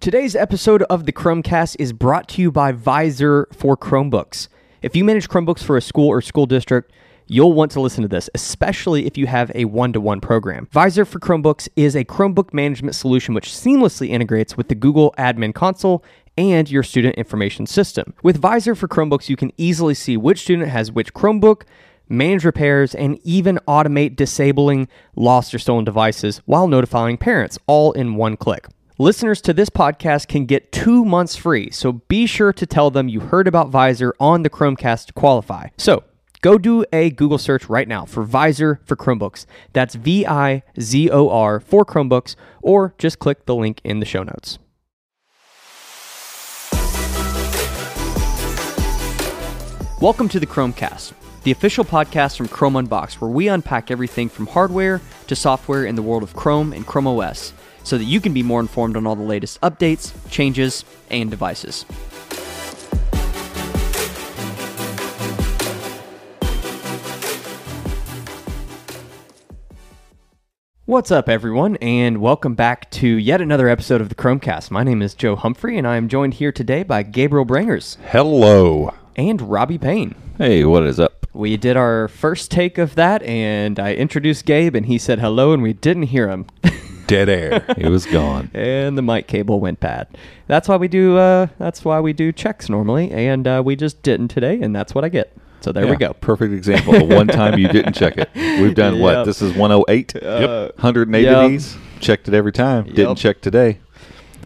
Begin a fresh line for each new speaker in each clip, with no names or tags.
Today's episode of the Chromecast is brought to you by Visor for Chromebooks. If you manage Chromebooks for a school or school district, You'll want to listen to this, especially if you have a one to one program. Visor for Chromebooks is a Chromebook management solution which seamlessly integrates with the Google Admin Console and your student information system. With Visor for Chromebooks, you can easily see which student has which Chromebook, manage repairs, and even automate disabling lost or stolen devices while notifying parents all in one click. Listeners to this podcast can get two months free, so be sure to tell them you heard about Visor on the Chromecast to qualify. So, Go do a Google search right now for Visor for Chromebooks. That's V I Z O R for Chromebooks, or just click the link in the show notes. Welcome to the Chromecast, the official podcast from Chrome Unbox, where we unpack everything from hardware to software in the world of Chrome and Chrome OS so that you can be more informed on all the latest updates, changes, and devices. What's up, everyone, and welcome back to yet another episode of the Chromecast. My name is Joe Humphrey, and I am joined here today by Gabriel Brangers
Hello.
and Robbie Payne.
Hey, what is up?
We did our first take of that, and I introduced Gabe, and he said hello, and we didn't hear him.
Dead air. it was gone.
and the mic cable went bad. That's why we do. Uh, that's why we do checks normally, and uh, we just didn't today, and that's what I get. So there we
Yeah,
go.
Perfect example. The one time you didn't check it. We've done
Yep.
what? This is 108. Yep. 180
yep.
of these. Checked it every time.
Yep.
Didn't check today.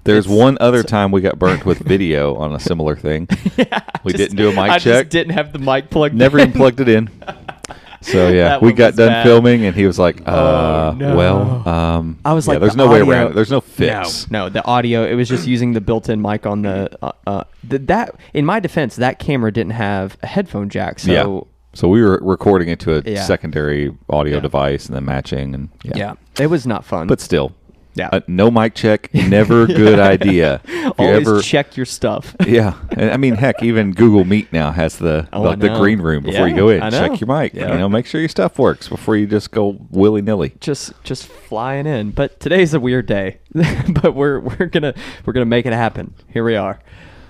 There's
It's-
one other time we got burnt with video on a similar thing. we
Just-
didn't do a mic
I
check.
Just didn't have the mic plugged.
Never
in.
even plugged it in. So yeah,
That
we
one was
got done
bad. Oh,
filming, and he was like, "Uh,
no.
well, um,
I was
yeah,
like,
there's
the
no way
audio-
around it. There's no fix.
No, no, the audio. It was just using the built-in mic on the. Uh, uh, th- that in my defense, that camera didn't have a headphone jack, so
yeah. So we were recording it to a
Yeah.
secondary audio
Yeah.
device and then matching and yeah.
yeah. it was not fun.
But still.
Yeah.
Uh, no mic check, never good idea. If you
always
ever-
check your stuff.
Yeah. And I mean, heck, even Google Meet now has the
Oh, I
like the
know.
green room before
Yeah,
you go in.
I know.
Check your mic.
Yeah.
You know, make sure your stuff works before you just go willy nilly.
just just flying in. But today's a weird day, but we're we're gonna we're gonna make it happen. Here we are.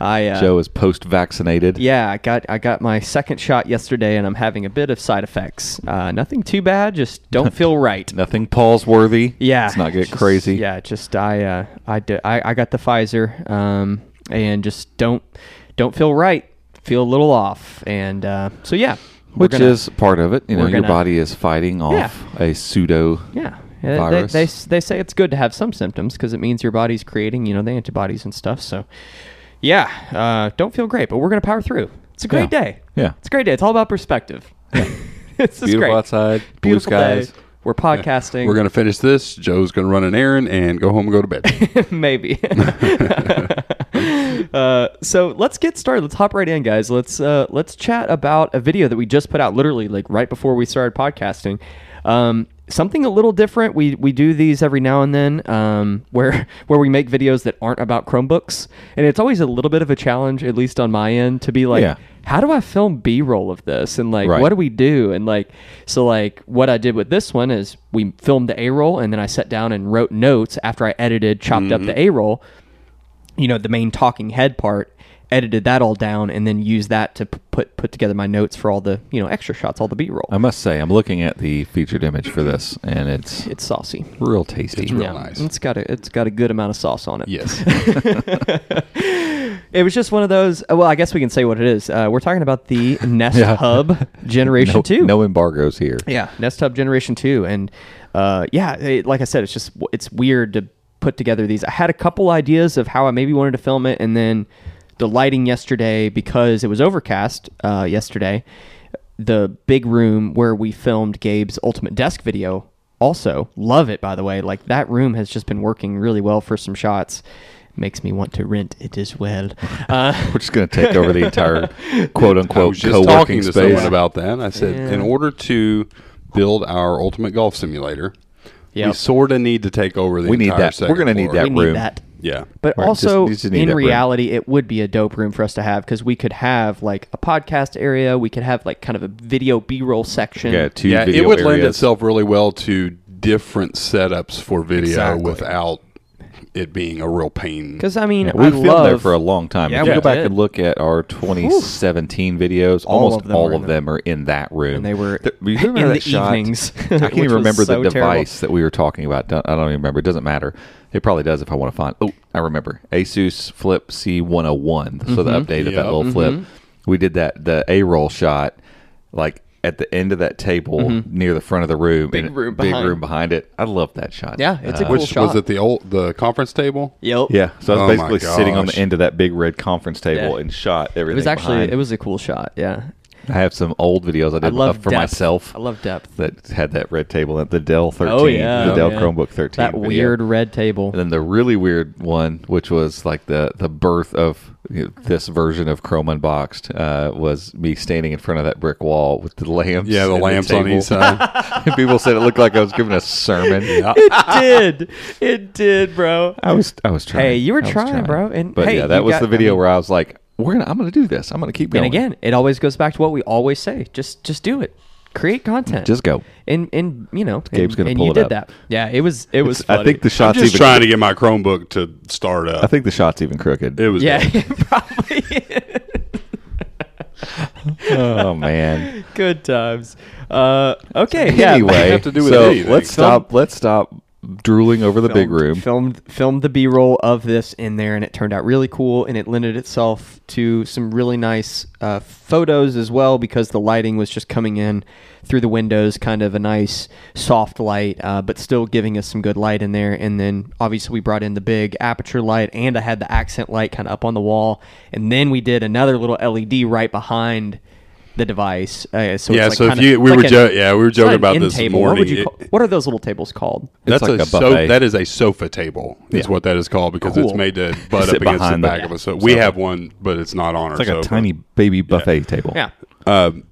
I uh,
Joe is post vaccinated.
Yeah, I got I got my second shot yesterday, and I'm having a bit of side effects. Uh, nothing too bad, just don't feel right.
Nothing Paul's worthy.
Yeah,
Let's not get
just-
crazy.
Yeah, just I uh, I, di- I I got the Pfizer, um, and just don't don't feel right. Feel a little off, and uh, so yeah, we're
Which
gonna-
is part of it. You know,
we're
your
gonna-
body is fighting off a pseudo
Yeah. Yeah, they-
virus.
They, they, they say it's good to have some symptoms because it means your body's creating, you know, the antibodies and stuff. So, yeah, uh, don't feel great, but we're going to power through. It's a great
Yeah.
day.
Yeah.
It's a great day. It's all about perspective. it's just
Beautiful
great.
outside, blue
Beautiful day.
skies.
We're podcasting.
We're gonna finish this. Joe's gonna run an errand and go home and go to bed.
Maybe. uh, so let's get started. Let's hop right in, guys. Let's uh, let's chat about a video that we just put out, literally like right before we started podcasting. Um, something a little different. We we do these every now and then, um, where where we make videos that aren't about Chromebooks, and it's always a little bit of a challenge, at least on my end, to be like.
Yeah.
How do I film B roll of this? And like,
Right.
what do we do? And like, so like, what I did with this one is we filmed the A roll, and then I sat down and wrote notes after I edited, chopped up
Mm-hmm.
the A roll, you know the main talking head part edited that all down and then used that to p- put put together my notes for all the you know extra shots all the b-roll
I must say, I'm looking at the featured image for this, and it's
it's saucy
real tasty.
It's real nice.
it's got a it's got a good amount of sauce on it
yes.
it was just one of those uh, well i guess we can say what it is uh, we're talking about the nest
Yeah.
hub generation
no,
2
No embargoes here.
Yeah, Nest Hub Generation Two, and uh, yeah, it, like I said, it's just it's weird to put together these. I had a couple ideas of how I maybe wanted to film it, and then the lighting yesterday because it was overcast uh, yesterday. The big room where we filmed Gabe's Ultimate Desk video, also love it by the way. Like that room has just been working really well for some shots. Makes me want to rent it as well. Uh,
We're just going to take over the entire quote
I was
unquote co
just
working
talking to
space.
someone about that. I said,
Yeah.
in order to build our ultimate golf simulator, we
Yep.
sort of need to take over the.
We need
entire
that. We're
second
gonna need
floor.
we
that room.
need that.
Yeah.
But
Right, just-
also,
you just need
in
that room.
reality, it would be a dope room for us to have because we could have like a podcast area. We could have like kind of a video B roll section.
yeah, two
yeah,
video
it would lend
areas.
itself really well to different setups for video
Exactly.
without it being a real pain.
Because I mean,
Yeah,
I
we filmed
love,
there for a long time.
Yeah,
if you
we
go back
did.
and look at our 2017 videos,
All
almost
of them
all
were
of
in
them are in that room.
And they were
Th- you remember
in
that
the
shot?
evenings,
I can't
which was
even remember
so
the
terrible.
device that we were talking about. Don't- I don't even remember. It doesn't matter. It probably does if I want to find. Oh, I remember. Asus Flip C101.
Mm-hmm.
So the update of
Yeah.
that little flip. We did that the A roll shot like at the end of that table near the front of the room.
Mm-hmm. Big
and-
room
big
behind.
room behind it. I love that shot.
Yeah, it's a
Uh,
cool
which
shot.
was at the old the conference table.
Yep.
yeah, so I
Oh
was
my
basically sitting on the
gosh.
end of that big red conference table
Yeah.
and shot
It
everything.
was actually
behind.
it was a cool shot. Yeah.
I have some old videos I did
I love
up for
depth.
myself.
I love depth.
that had that red table at the Dell 13,
oh yeah.
the Dell
yeah.
Chromebook 13.
That
video.
weird red table.
And then the really weird one, which was like the the birth of you know, this version of Chrome Unboxed, uh, was me standing in front of that brick wall with the lamps.
Yeah, the
and
lamps on
table.
each side.
And People said it looked like I was giving a sermon.
it did. It did, bro.
I was I was trying.
Hey, you were
I was
trying, bro, and
but
hey,
yeah, that
you
was
got-
the
I
video
mean-
where I was like, "We're gonna, I'm gonna do this. I'm gonna keep going."
And again, it always goes back to what we always say: just just do it, create content,
Just go.
And and you know,
Gabe's
and-
gonna
and
pull
you
it
did
up.
that. Yeah, it was it was.
I think
funny.
the shots
Just
even.
trying to get my Chromebook to start
I
up.
think the shots even crooked.
It was
yeah,
bad.
it probably.
oh man.
Good times. Uh, okay. Yeah.
anyway,
have to do with
so
anything.
let's stop. Let's stop drooling over the big
filmed-
room.
Filmed filmed the B roll of this in there, and it turned out really cool. And it lended itself to some really nice uh, photos as well because the lighting was just coming in through the windows, kind of a nice soft light, uh, but still giving us some good light in there. And then obviously we brought in the big aperture light, and I had the accent light kind of up on the wall, and then we did another little LED right behind. The device, uh, so
Yeah,
It's like
so if
kinda-
you- we
it's
were
like
jo- yeah, we were
it's not
joking
an
about
end
this
table. What, would
morning.
you
It-
call, what are those little tables called?
That's
like
a,
a
so,
buffet.
that is a sofa table. Is what that is called because it's
Cool.
made to butt
Sit
up against the
behind the-
back of a sofa. We have one, but it's not on our
It's like a
sofa.
tiny baby buffet table.
Yeah,
Um,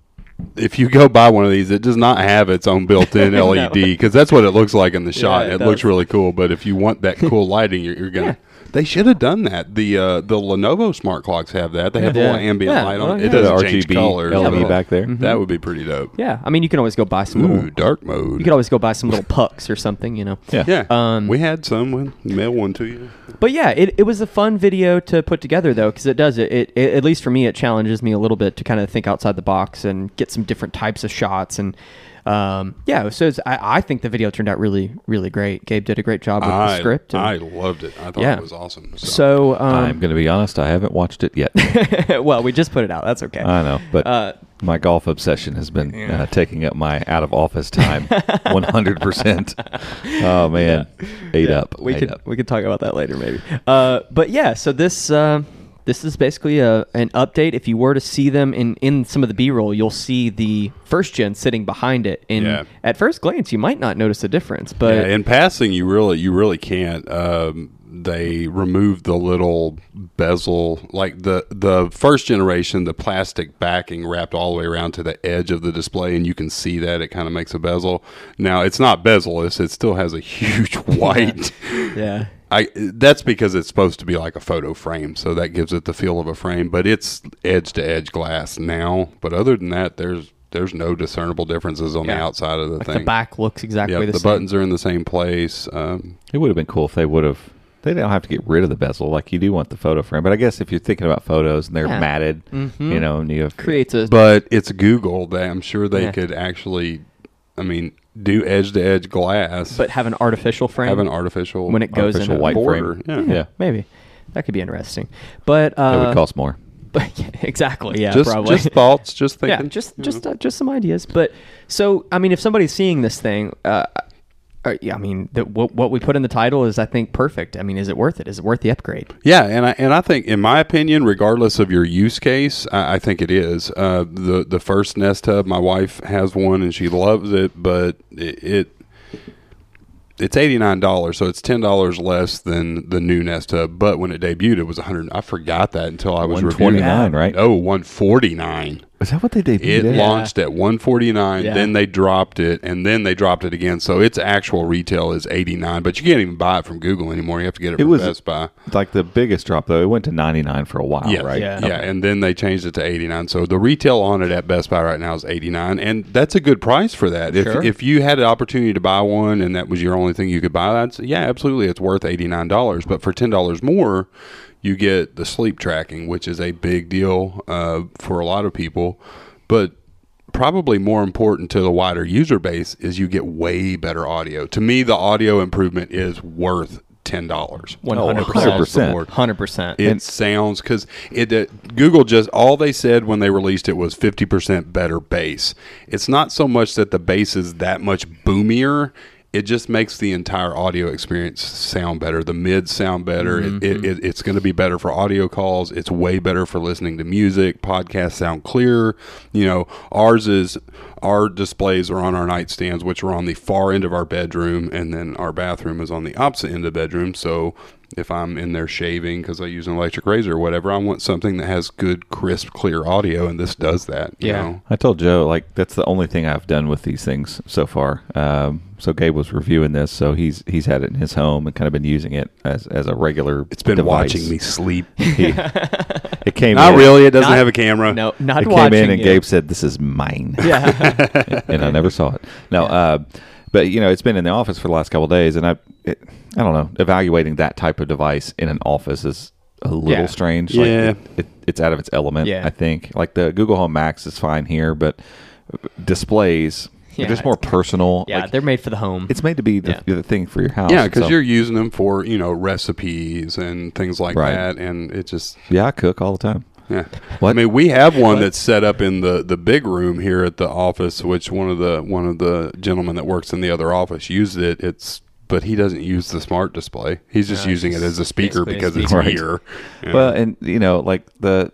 if you go buy one of these, it does not have its own built-in
No.
LED because that's what it looks like in the shot.
it
and it
does.
looks really cool, but if you want that cool lighting, you're, you're gonna. They should have done that. The uh, the Lenovo smart clocks have that. They have a little
Yeah.
ambient
Yeah,
light on.
well,
it. It
yeah.
doesn't
The
change
RGB
colors.
E
at
LED
all.
back there.
That would be pretty dope.
Mm-hmm. yeah. I mean, you can always go buy some little
Ooh, dark mode.
You could always go buy some little pucks or something, you know.
Yeah.
yeah,
um,
we had some. We'll mail one to you.
But yeah, it, it was a fun video to put together though, because it does it, it, it. At least for me, it challenges me a little bit to kind of think outside the box and get some different types of shots and. Um, yeah, so it's, I, I think the video turned out really, really great. Gabe did a great job with
I,
the script. and-
I loved it. I thought
Yeah.
it was awesome. So,
so,
I'm
um,
going to be honest. I haven't watched it yet.
well, we just put it out. That's okay.
I know, but
Uh,
my golf obsession has been uh, taking up my out of office time 100%. Oh, man. Ate up.
we
ate
could
up.
we could talk about that later maybe. Uh, but yeah, so this uh, this is basically a, an update. If you were to see them in in some of the B roll, you'll see the first gen sitting behind it. And
Yeah.
at first glance, you might not notice a difference, but
Yeah, in passing, you really you really can't. Um, they removed the little bezel, like the the first generation, the plastic backing wrapped all the way around to the edge of the display, and you can see that it kind of makes a bezel. Now it's not bezel-less; it still has a huge white.
yeah.
I that's because it's supposed to be like a photo frame, so that gives it the feel of a frame. But it's edge to edge glass now. But other than that, there's there's no discernible differences on the
Yeah.
outside of the
Like
thing.
the back looks exactly
yeah,
the,
the,
same.
buttons are in the same place. Um,
It would have been cool if they would have. They don't have to get rid of the bezel like you do want the photo frame, but I guess if you're thinking about photos and they're
Yeah.
matted,
Mm-hmm.
you know, and you have
creates a
but it's Google. They, I'm sure they
Yeah.
could actually, I mean, do edge to edge glass,
but have an artificial frame.
have an artificial
When it goes in
artificial
a
white
border.
frame.
Yeah.
yeah.
maybe that could be interesting. But
It
uh,
would cost more.
but yeah, exactly. Yeah,
just
probably.
just thoughts, just
yeah,
thinking.
just just uh, just some ideas. But so I mean, if somebody's seeing this thing, uh, uh, yeah, I mean, the, what what we put in the title is I think perfect. I mean, is it worth it? Is it worth the upgrade?
Yeah, and I and I think, in my opinion, regardless of your use case, I, I think it is uh, the the first Nest Hub. My wife has one and she loves it, but it. it it's eighty nine dollars, so it's ten dollars less than the new Nest Hub. But when it debuted, it was hundred. I forgot that until I was reviewing.
129, right?
Oh, 149.
Is that what they did?
Oh, It launched at 149,
Yeah.
then they dropped it, and then they dropped it again. So its actual retail is 89, but you can't even buy it from Google anymore. You have to get it,
It
from
was-
Best Buy.
like the biggest drop though. It went to ninety nine for a while,
Yes.
right?
Yeah.
Yeah, and then they changed it to 89. So the retail on it at Best Buy right now is 89, and that's a good price for that. If
Sure.
if you had an opportunity to buy one and that was your only thing you could buy, that's yeah, absolutely it's worth $89, but for $10 more, you get the sleep tracking, which is a big deal uh, for a lot of people, but probably more important to the wider user base is you get way better audio. To me, the audio improvement is worth $10.
One
Oh,
Oh, hundred
Across the
percent.
100%.
board.
Hundred percent.
It sounds because it uh, Google just all they said when they released it was fifty percent better bass. It's not so much that the bass is that much boomier. It just makes the entire audio experience sound better. The mids sound better. It, it, it, it's going to be better for audio calls. It's way better for listening to music. Podcasts sound clearer. You know, ours is our displays are on our nightstands, which are on the far end of our bedroom, and then our bathroom is on the opposite end of the bedroom. So if I'm in there shaving because I use an electric razor or whatever, I want something that has good, crisp, clear audio, and this does that. You
Yeah.
Know?
I told Joe like that's the only thing I've done with these things so far. Um, so Gabe was reviewing this, so he's he's had it in his home and kind of been using it as as a regular.
It's been
device.
watching me sleep.
He- it came.
Not
in,
really. It doesn't
Not-
have a camera.
No, not
it
watching
came in and
you.
Gabe said, "This is mine."
Yeah.
and I never saw it. No, uh, but you know, it's been in the office for the last couple of days, and I, it, I don't know, evaluating that type of device in an office is a little
Yeah.
strange.
Yeah.
like, it, it, it's out of its element.
Yeah.
I think like the Google Home Max is fine here, but displays
Yeah,
are just more
it's-
personal.
yeah,
like,
they're made for the home.
it's made to be the,
Yeah.
the thing for your house.
Yeah, because
so-
you're using them for you know recipes and things like
Right.
that, and it just
yeah, I cook all the time.
Yeah.
What?
I mean, we have one that's set up in the, the big room here at the office, which one of the one of the gentlemen that works in the other office used it. It's but he doesn't use the smart display. He's just
No,
using it
it's
as a speaker
basically a
because it's
speaker. Right.
here. Yeah.
Well, and you know, like the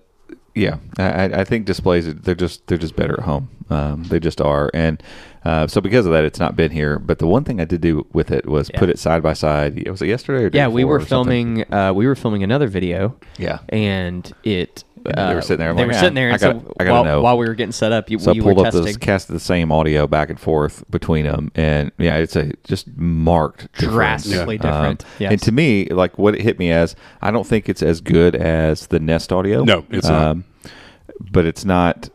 yeah, I, I- I think displays they're just they're just better at home. Um, they just are, and uh, so because of that, it's not been here. But the one thing I did do with it was
Yeah.
put it side by side. Was it yesterday? Or day
yeah, we
before
were
or something?
filming. Uh, we were filming another video.
Yeah.
and it. Uh,
they were sitting there, I'm
They
like,
were
"Yeah,
sitting there,
I
and
gotta-
so
I gotta
while,
know."
while we were getting set up, you,
So
you
I pulled
were
up
testing.
this cast the same audio back and forth between them, and yeah, it's a just marked, difference.
Drastically
Um,
different, yes.
And to me, like what it hit me as, I don't think it's as good as the Nest audio. Um,
No, it's not.
But it's not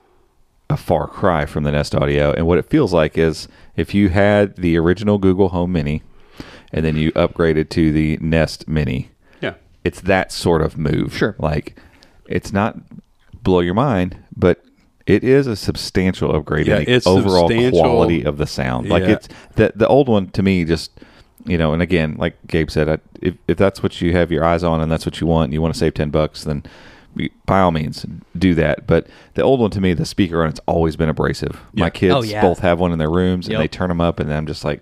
a far cry from the Nest audio. And what it feels like is if you had the original Google Home Mini, and then you upgraded to the Nest Mini,
yeah.
it's that sort of move.
Sure.
Like it's not blow your mind, but it is a substantial upgrade
Yeah,
in the
it's
overall
substantial.
quality of the sound. Like
Yeah.
it's the the old one to me just you know, and again, like Gabe said, I, if if that's what you have your eyes on and that's what you want, and you want to save ten bucks, then you- by all means do that. But the old one to me, the speaker on it's always been abrasive. My
Yeah.
kids
Oh, yeah.
both have one in their rooms
Yep.
and they turn them up, and I'm just like,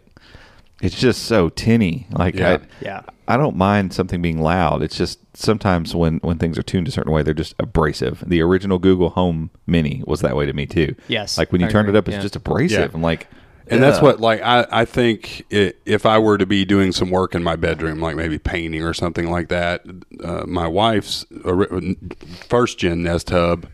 it's just so tinny. Like
Yeah.
I,
Yeah.
I don't mind something being loud. It's just sometimes when when things are tuned a certain way, they're just abrasive. The original Google Home Mini was that way to me too.
Yes,
like when you
I
turned
agree,
it up, it's
yeah.
just abrasive.
Yeah.
I'm like,
And that's
ugh.
what, like, I, I think i if I were to be doing some work in my bedroom, like maybe painting or something like that, uh, my wife's ori- first gen Nest Hub,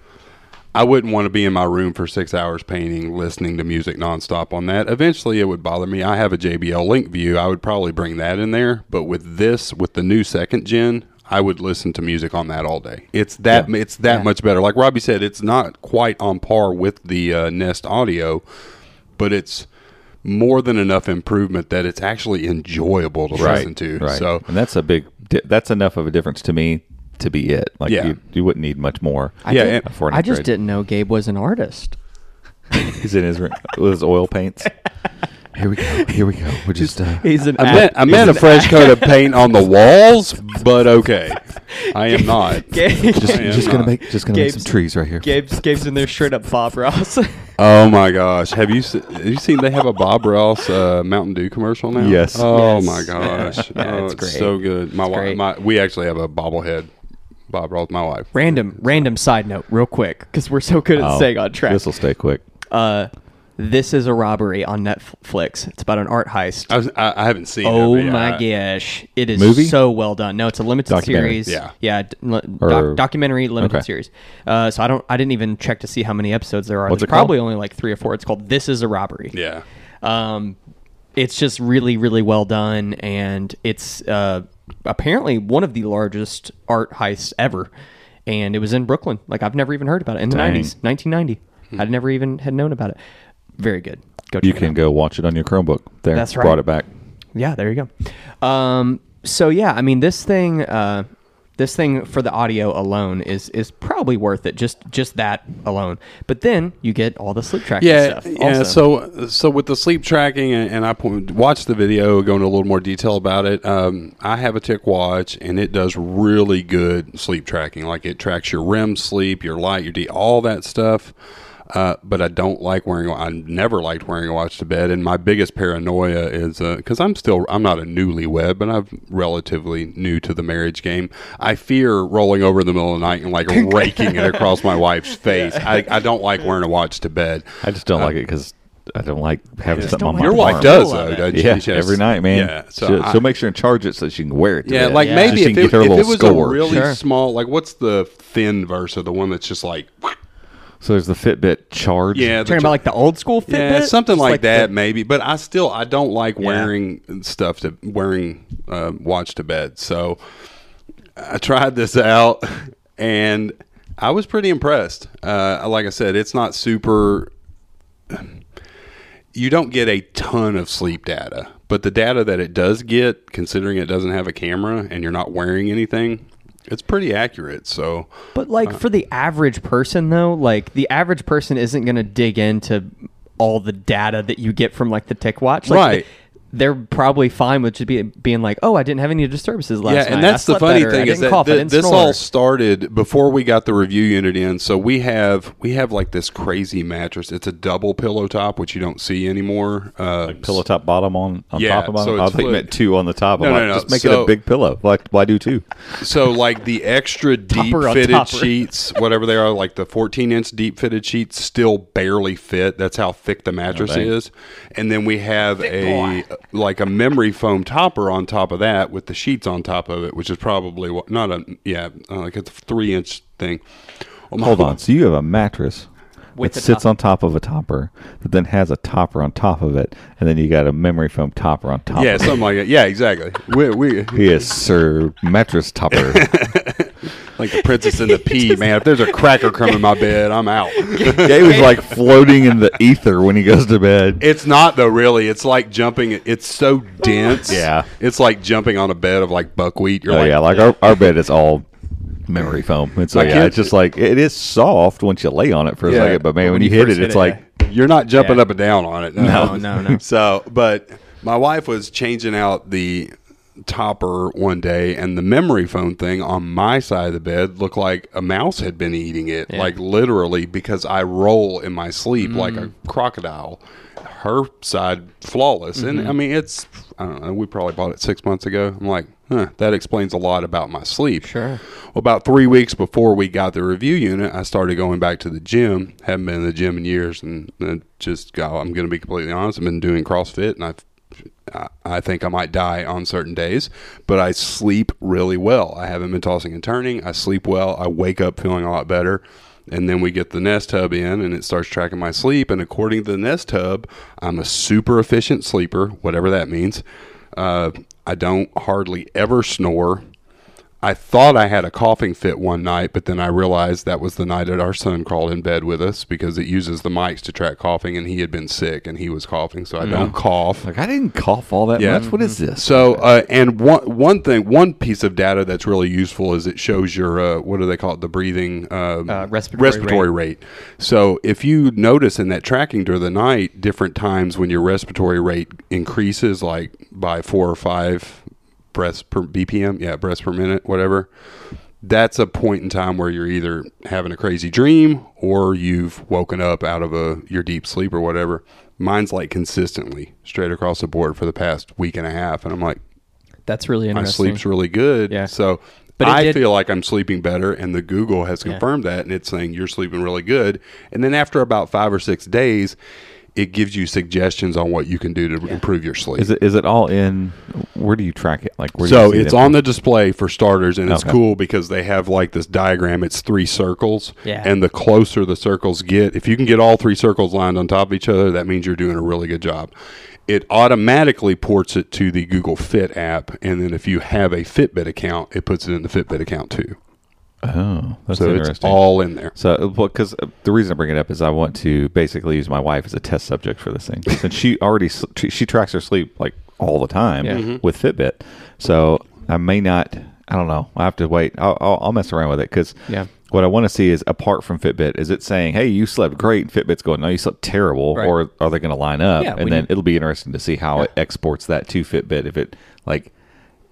I wouldn't want to be in my room for six hours painting, listening to music nonstop on that. Eventually, it would bother me. I have a JBL Link View. I would probably bring that in there. But with this, with the new second gen, I would listen to music on that all day. It's that it's that much better. Like Robbie said, it's not quite on par with the uh, Nest Audio, but it's more than enough improvement that it's actually enjoyable to listen to.
Right.
So
and that's a big. di- That's enough of a difference to me to be it. Like
Yeah.
you, you wouldn't need much more.
I
Yeah,
did-
and-
for an
I just
upgrade.
didn't know Gabe was an artist.
He's in his room with his oil paints. Here we go. Here we go. We're just. Uh,
He's an.
I meant, I meant a fresh coat of paint on the walls, but okay. I am not.
just,
I am
just gonna
not.
make just gonna make
uh, Gabe's-
some trees right here.
Gabe's Gabe's in there straight up Bob Ross.
Oh my gosh! Have you se- have you seen they have a Bob Ross uh, Mountain Dew commercial now?
Yes.
Oh
Yes.
my gosh!
Yeah,
oh,
it's
it's,
great.
so good. My wife,
great.
my we actually have a bobblehead Bob Ross. My wife.
random random side note, real quick, because we're so good at
Oh,
staying on track.
This will stay quick.
Uh, This is a robbery on Netflix. It's about an art heist.
I, was- I, I haven't seen.
Oh
it, but yeah,
my
I-
gosh, it is
Movie?
so well done. No, it's a limited
Documentary.
series.
Yeah.
yeah, d- li-
Or-
doc- documentary limited
Okay.
series. Uh, so I don't, I didn't even check to see how many episodes there are.
What's
There's
it called?
probably only like three or four. It's called "This Is a Robbery."
Yeah.
Um, it's just really, really well done, and it's uh, apparently one of the largest art heists ever. And it was in Brooklyn. Like I've never even heard about it in the
Dang.
nineties, nineteen ninety.
Hmm.
I'd never even had known about it. Very good. Go check
You
it
can go watch it on your Chromebook. There,
That's right.
Brought it back.
yeah, there you go. Um, so yeah, I mean this thing, uh, this thing for the audio alone is is probably worth it. Just just that alone. But then you get all the sleep tracking
yeah,
stuff.
Yeah,
also.
so so with the sleep tracking, and, and I po- watched the video, go into a little more detail about it. Um, I have a Tick watch, and it does really good sleep tracking. Like it tracks your REM sleep, your light, your D, all that stuff. Uh, but I don't like wearing. a- I never liked wearing a watch to bed, and my biggest paranoia is because I'm still I'm not a newlywed, but I'm relatively new to the marriage game. I fear rolling over in the middle of the night and like raking it across my wife's face. I, I don't like wearing a watch to bed.
I just
Uh,
don't like it because I don't like having something on
don't
my
like
Your
it.
arm.
wife does
Cool, I
though,
bet.
doesn't she?
Yeah,
She has-
every night, man.
Yeah, so
she'll,
I-
she'll make sure and charge it so she can wear it. To
yeah,
bed.
like
Yeah.
Just
maybe
she
if
can
it,
get her
if
little
it was
score.
a really
Sure.
small, like what's the thin verse of the one that's just like
so there's the Fitbit charge.
yeah, the,
talking about like the old school Fitbit,
yeah, something
Just
like,
the-
that maybe. But I still I don't like wearing stuff to wearing uh, watch to bed. So I tried this out and I was pretty impressed. Uh, like I said, it's not super you don't get a ton of sleep data, but the data that it does get, considering it doesn't have a camera and you're not wearing anything, it's pretty accurate. So,
But like for the average person though, like the average person isn't going to dig into all the data that you get from like the tick watch. Like,
Right.
They, are probably fine with just be, being like, "Oh, I didn't have any disturbances last night."
yeah, and that's
I slept
the funny
better. I
thing is
didn't
that
cough, I
thi-
didn't
this
snore."
all started before we got the review unit in. So we have we have like this crazy mattress. It's a double pillow top, which you don't see anymore. Uh,
Pillow top bottom on, on
Yeah,
top of mine.
so
I
it's
think you
like-
meant two on the top. I'm
No,
like,
no, no.
Just make it
So-
a big pillow. Like why do two?
So like the extra deep
Topper on
fitted
topper.
sheets, whatever they are, like the 14 inch deep fitted sheets still barely fit. That's how thick the mattress
dang.
is. And then we have a like a memory foam topper on top of that with the sheets on top of it, which is probably what not a yeah uh, like a three inch thing. Well, my-
Hold on. So you have a mattress
With
that
a
sits on top of a topper that then has a topper on top of it, and then you got a memory foam topper on top.
Yeah,
of it.
something like that. Yeah, exactly. We, we
Yes, sir. Mattress topper.
like the princess and the pea, man. If there's a cracker crumb in my bed, I'm out.
Gabe was like floating in the ether when he goes to bed.
It's not though, really. It's like jumping. It's so dense.
Yeah.
it's like jumping on a bed of like buckwheat. You're
Oh
like,
yeah, like our, our bed is all memory foam. And so
My
yeah,
kids-
it's just like it is soft once you lay on it for a
Yeah.
second, but man, when,
when
you
you
hit
first
it,
hit
it's
it,
like
you're not jumping
Yeah.
up and down on it.
No, no, no.
So, but my wife was changing out the topper one day, and the memory foam thing on my side of the bed looked like a mouse had been eating it, like literally, because I roll in my sleep like
Mm.
a crocodile. Her side flawless,
Mm-hmm.
and I mean it's I don't know. We probably bought it six months ago. I'm like, huh, that explains a lot about my sleep.
Sure.
Well, about three weeks before we got the review unit, I started going back to the gym. Haven't been in the gym in years, and and just oh, I'm going to be completely honest. I've been doing CrossFit, and I've I- I think I might die on certain days, but I sleep really well. I haven't been tossing and turning. I sleep well. I wake up feeling a lot better. And then we get the Nest Hub in and it starts tracking my sleep. And according to the Nest Hub, I'm a super efficient sleeper, whatever that means. Uh, I don't hardly ever snore. I thought I had a coughing fit one night, but then I realized that was the night that our son crawled in bed with us because it uses the mics to track coughing, and he had been sick and he was coughing, so I don't cough.
like I didn't cough all that
Yeah.
much. What is this?
So, uh, and one one thing, one piece of data that's really useful is it shows your uh, what do they call it, the breathing um,
Uh, respiratory
rate. So, if you notice in that tracking during the night, different times when your respiratory rate increases, like by four or five breaths per BPM, yeah, breaths per minute, whatever. That's a point in time where you're either having a crazy dream or you've woken up out of a your deep sleep or whatever. Mine's like consistently straight across the board for the past week and a half, and I'm like,
That's really
my
interesting.
sleep's really good.
Yeah.
So
But it
I
did-
feel like I'm sleeping better, and the Google has confirmed that, and it's saying you're sleeping really good. And then after about five or six days, it gives you suggestions on what you can do to improve your sleep.
Is it is it all in? Where do you track it? Like where?
So
do you
it's on the display for starters, and it's
Okay.
cool because they have like this diagram. It's three circles,
Yeah.
and the closer the circles get, if you can get all three circles lined on top of each other, that means you're doing a really good job. It automatically ports it to the Google Fit app, and then if you have a Fitbit account, it puts it in the Fitbit account too.
Oh, that's
So
interesting.
it's all in there.
So, because the reason I bring it up is I want to basically use my wife as a test subject for this thing, since she already sl- she she tracks her sleep like all the time
Mm-hmm.
with Fitbit. So I may not. I don't know. I have to wait. I'll, I'll, I'll mess around with it because
Yeah.
what I want to see is apart from Fitbit, is it saying, "Hey, you slept great," and Fitbit's going, "No, you slept terrible,"
Right.
or are they going to line up?
Yeah, when
and then
you-
it'll be interesting to see how it exports that to Fitbit if it like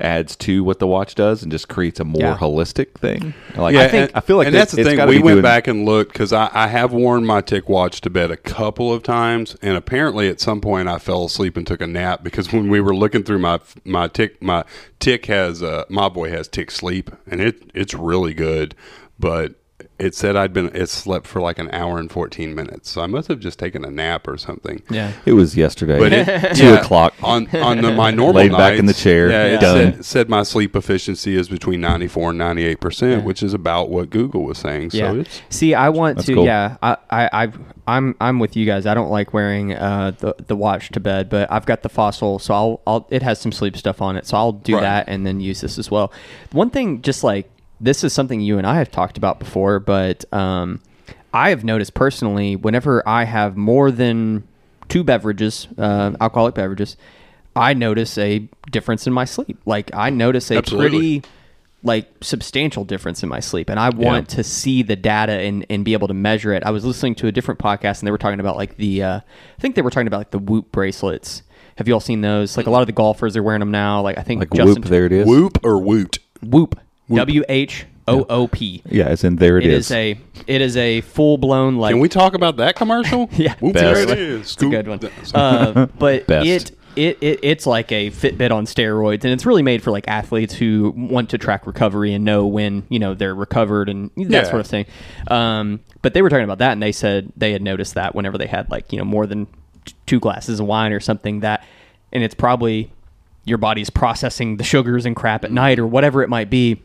adds to what the watch does and just creates a more
Yeah.
holistic thing. Like
yeah,
I think
and,
I feel like
and
that-
that's the
it's
thing.
gotta
We
be
went
doing-
back and looked because I, I have worn my tick watch to bed a couple of times, and apparently at some point I fell asleep and took a nap because when we were looking through my my tick my tick has uh, my boy has tick sleep and it it's really good, but it said I'd been it slept for like an hour and fourteen minutes, so I must have just taken a nap or something.
Yeah.
It was yesterday.
But it,
two
yeah,
o'clock.
on on the, my normal
Laid back in the
nights,
chair,
Yeah, it
done.
said, said my sleep efficiency is between ninety four and ninety eight percent, which is about what Google was saying. So
yeah.
it's
See, I want
That's
to.
cool.
Yeah, I, I, I, I'm, I'm with you guys. I don't like wearing uh, the the watch to bed, but I've got the fossil, so I'll, I'll. It has some sleep stuff on it, so I'll do
Right.
that and then use this as well. One thing, just like this, is something you and I have talked about before, but um, I have noticed personally whenever I have more than two beverages, uh, alcoholic beverages, I notice a difference in my sleep. Like I notice a
Absolutely.
pretty like substantial difference in my sleep and i want to see the data and, and be able to measure it i was listening to a different podcast and they were talking about like the uh, i think they were talking about like the whoop bracelets have you all seen those like a lot of the golfers are wearing them now like i think
like
justin
whoop, there it is.
Whoop or Woot?
whoop w-h-o-o-p
Yeah, it's in there it
it
is.
is a it is a full-blown like
Can we talk about that commercial?
Yeah.
Whoop,
Best.
there it is.
It's a good one. Uh, but
Best.
it, it it it's like a Fitbit on steroids, and it's really made for like athletes who want to track recovery and know when you know they're recovered and that
Yeah.
sort of thing. Um, but they were talking about that, and they said they had noticed that whenever they had like you know more than t- two glasses of wine or something that, and it's probably your body's processing the sugars and crap at night or whatever it might be.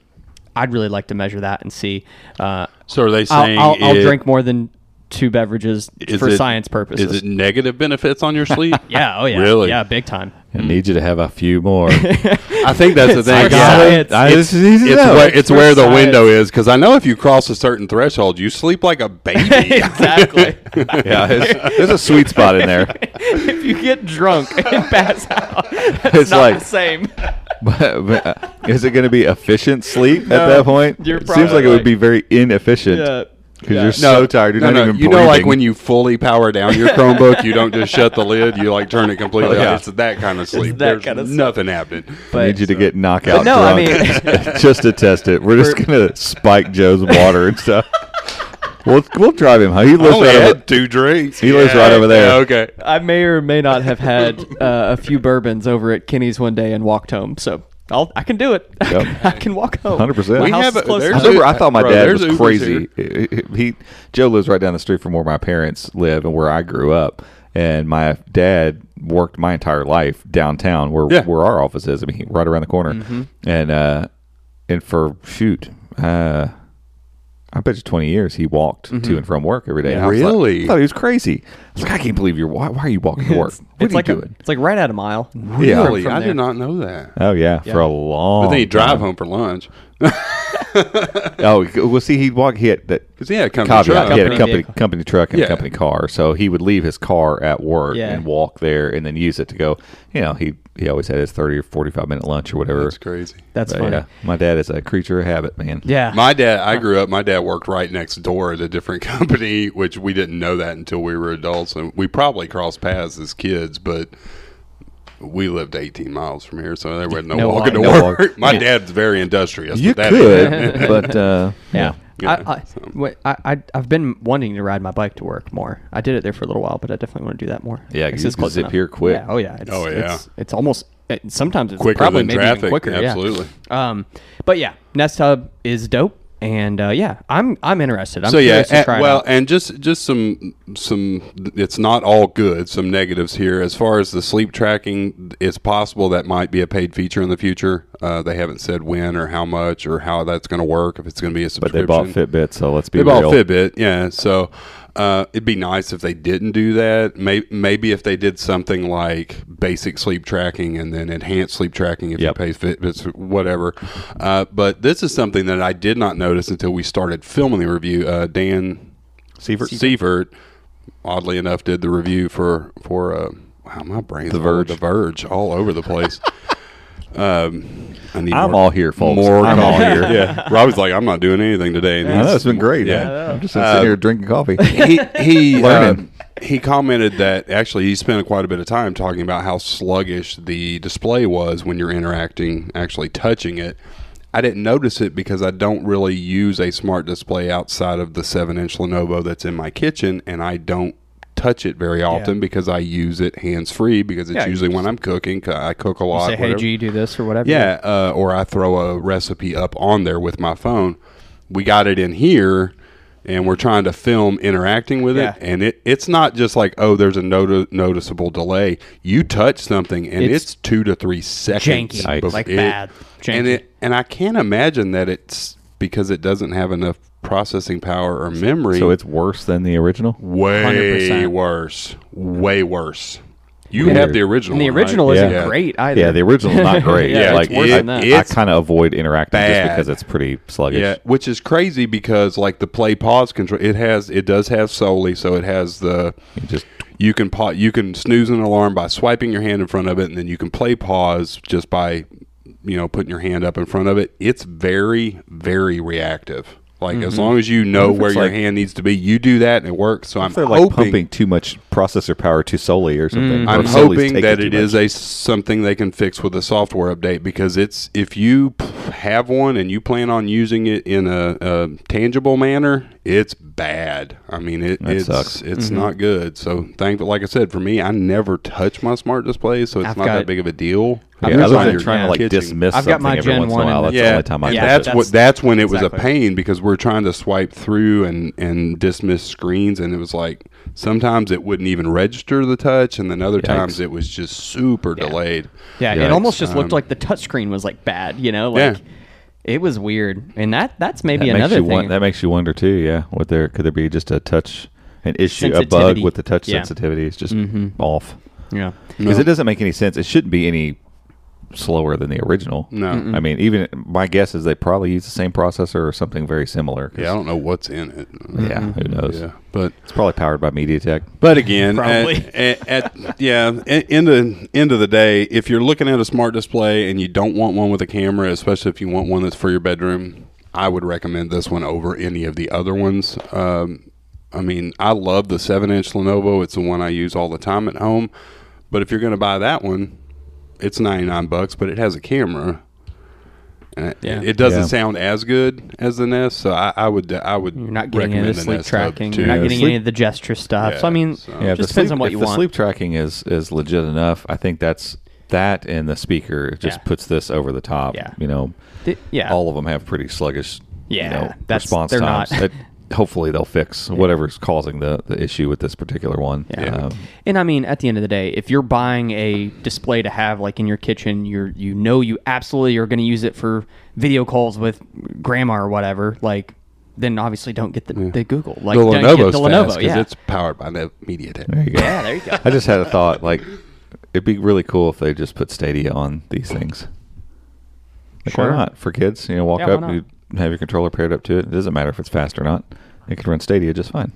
I'd really like to measure that and see. Uh,
So are they
I'll,
saying
I'll, I'll
it-
drink more than two beverages
is
for
it-
science purposes.
Is it negative benefits on your sleep?
Yeah. Oh yeah.
Really?
Yeah. Big time.
I need you to have a few more.
I think that's the thing.
for science.
I, it's, it's,
It's where, it's where the
science.
window is because I know if you cross a certain threshold, you sleep like a baby.
Exactly.
yeah, it's, there's a sweet spot in there.
if you get drunk and pass out, that's
It's
not
like-
the same.
But, but, uh, is it going to be efficient sleep at that point?
you're
it seems like it
probably
would be very inefficient
Yeah.
because
Yeah.
you're so tired. You're
no,
not
no,
even
you know, like
breathing.
when you fully power down your Chromebook, you don't just shut the lid; you like turn it completely.
Oh, yeah.
off. It's that kind of sleep.
that
There's
kind of stuff.
nothing happening.
I
But
need you to get knockout
no, I
drunk just to test it. We're just going to spike Joe's water and stuff. We'll, we'll drive him
Oh,
home. He
I
lives
only
right over-
had two drinks.
He lives right over there.
Okay.
I may or may not have had uh, a few bourbons over at Kenny's one day and walked home. So I'll, I can do it.
Yep.
I can walk home.
100%.
My
We
house
have
is
a-
close
there's
I
enough.
a-
remember I thought my
Bro,
dad
there's
was
Ubers
crazy. He Joe lives right down the street from where my parents live and where I grew up, and my dad worked my entire life downtown where
Yeah. Mm-hmm.
where our office is. I mean, he- right around the corner, and uh, and for shoot, uh, I bet you twenty years he walked to and from work every day. And I was like-
Mm-hmm. Really?
I thought he was crazy. I was like, I can't believe you're. Why, why are you walking to work?
It's,
what are
like
you
a-
doing?
it's like right at a mile.
Yeah.
Really,
From
I
there.
did not know that.
Oh yeah, for a long.
But then you drive home for lunch.
Oh, well, see, he'd walk. He had that
'Cause he had a company
caveat.
truck.
He had a
Company
company
vehicle.
company truck and
Yeah.
a company car, so he would leave his car at work
Yeah.
and walk there, and then use it to go. You know, he he always had his thirty or forty five minute lunch or whatever.
That's crazy.
That's
But,
funny.
yeah, my dad is a creature of habit, man.
Yeah.
My dad, I grew up, my dad worked right next door at a different company, which we didn't know that until we were adults. And we probably crossed paths as kids, but we lived 18 miles from here, so there was no,
No
walking to
walk.
No
work.
walk.
My dad's very industrious.
You
but that-
could, but uh,
Yeah.
Yeah.
I, I, wait, I, I, I've been wanting to ride my bike to work more. I did it there for a little while, but I definitely want to do that more.
Yeah, 'cause
This
you
is
can zip here quick.
Yeah, oh, yeah. It's,
Oh, yeah.
It's, it's almost, it, sometimes it's
Quicker
probably
than
maybe
traffic,
even quicker. yeah.
absolutely.
Um, but yeah, Nest Hub is dope. And uh, yeah, I'm I'm interested. I'm
so yeah,
curious to
and-
try it
well,
out.
and just just some some. It's not all good. Some negatives here as far as the sleep tracking. It's possible that might be a paid feature in the future. Uh, they haven't said when or how much or how that's going to work. If it's going to be a
But
subscription,
they bought Fitbit, so let's be
they bought
real.
Fitbit, yeah. So uh, it'd be nice if they didn't do that. Maybe, maybe if they did something like basic sleep tracking and then enhanced sleep tracking if
Yep.
you pay Fitbits, whatever. Uh, but this is something that I did not notice until we started filming the review. Uh, Dan
Sievert?
Sievert, oddly enough, did the review for for uh, wow, my brain's
The
all over
Verge.
the Verge, all over the place. um, I need
I'm
more-
all here, folks.
More
I'm all
coffee.
here.
yeah, Robbie's like, I'm not doing anything today. And
I know
he's-
it's been great.
Yeah.
Yeah, I'm just sitting here drinking coffee.
he he uh,
Learning.
he commented that actually he spent quite a bit of time talking about how sluggish the display was when you're interacting, actually touching it. I didn't notice it because I don't really use a smart display outside of the seven-inch Lenovo that's in my kitchen, and I don't touch it very often because I use it hands-free because it's
Yeah, you
usually when I'm cooking. 'cause I cook a lot.
Say, hey,
whatever."
G, do this or whatever.
Yeah, uh, or I throw a recipe up on there with my phone. We got it in here, and we're trying to film interacting with
Yeah.
it, and it it's not just like oh, there's a noti- noticeable delay. You touch something, and
It's
it's, two to three seconds,
Janky,
bef-
like bad
and
janky.
it and I can't imagine that it's because it doesn't have enough processing power or memory.
So it's worse than the original.
way
100%.
worse, way worse. You
Weird.
have the original.
And the
one, right?
original isn't
Yeah.
great either.
Yeah, the original's not great.
Yeah,
like
it's worse
I-
than that.
I
It's
kind of avoid interacting
bad.
just because it's pretty sluggish.
Yeah, which is crazy because like the play pause control, it has it does have solely, so it has the
Just
you can pa- you can snooze an alarm by swiping your hand in front of it, and then you can play pause just by you know putting your hand up in front of it. It's very very reactive. Like as long as you
Mm-hmm.
know
What if
where
it's
your
like-
hand needs to be, you do that and it works. So I'm
they're like
hoping Mm.
pumping too much processor power to Soli or something. Mm-hmm.
I'm
Or Soli's
hoping
taking
that
too
it
much.
is a something they can fix with a software update because it's if you p- have one and you plan on using it in a, a tangible manner, it's bad. I mean, it
That
it's,
sucks. Mm-hmm.
It's not good. So, thankful, like I said, for me, I never touch my smart displays, so it's
I've
not
got-
that big of a deal.
Yeah,
I've
other
tried
than
to-
trying to like
Kitchen.
dismiss
I've got my
something every
Gen
once in a
1
while,
and
that's
the-
the only time I
Yeah,
touch
that's,
it.
that's-
what that's when it was a
exactly.
pain because we're trying to swipe through and and dismiss screens and it was like sometimes it wouldn't even register the touch and then other times it was just super delayed.
Yeah, it
Yikes.
almost just looked like the touchscreen was like bad, you know?
Yeah.
Like it was weird. And that that's maybe
that makes
another
you
thing.
won- that makes you wonder too. Yeah, what there could there be just a touch an issue, a bug
Sensitivity.
with the touch
Yeah.
sensitivity is just off
yeah.
because it doesn't make any sense. It shouldn't be any slower than the original.
No. Mm-mm.
I mean even my guess is they probably use the same processor or something very similar. 'cause-
Yeah, I don't know what's in it.
yeah, who knows?
Yeah, but
It's probably powered by MediaTek.
but again,
Probably.
at, at, at- yeah, at, end of end of the day, if you're looking at a smart display and you don't want one with a camera, especially if you want one that's for your bedroom, I would recommend this one over any of the other ones. Um, I mean, I love the seven-inch Lenovo; it's the one I use all the time at home. But if you're going to buy that one, it's ninety-nine bucks, but it has a camera. And it,
Yeah.
it doesn't
Yeah.
sound as good as the Nest, so I, I would I would
You're not getting any
recommend
of
the
the sleep
Nest Hub
tracking.
too.
You're not getting
Sleep-
any of the gesture stuff.
Yeah,
so I mean,
so-
Yeah, if
just depends
the sleep-
on what
if
you
the
want.
sleep tracking is is legit enough, I think that's that and the speaker just
Yeah.
puts this over the top.
Yeah.
You know,
Th- yeah.
all of them have pretty sluggish. you
Yeah,
know,
that's-
response
they're
times.
not-
That- hopefully, they'll fix whatever's causing the, the issue with this particular one.
Yeah.
Um,
and I mean, at the end of the day, if you're buying a display to have like in your kitchen, you're you know you absolutely are going to use it for video calls with grandma or whatever. Like, then obviously don't get the, the Google. Like,
the
don't
Lenovo's
get the Lenovo.
fast 'cause
Yeah,
it's powered by the MediaTek.
there you go.
yeah. There you go.
I just had a thought. Like, it'd be really cool if they just put Stadia on these things. Like,
Sure.
Why not for kids? You know, walk
Yeah, why
up,
not?
you have your controller paired up to it. It doesn't matter if it's fast or not. It can run Stadia just fine.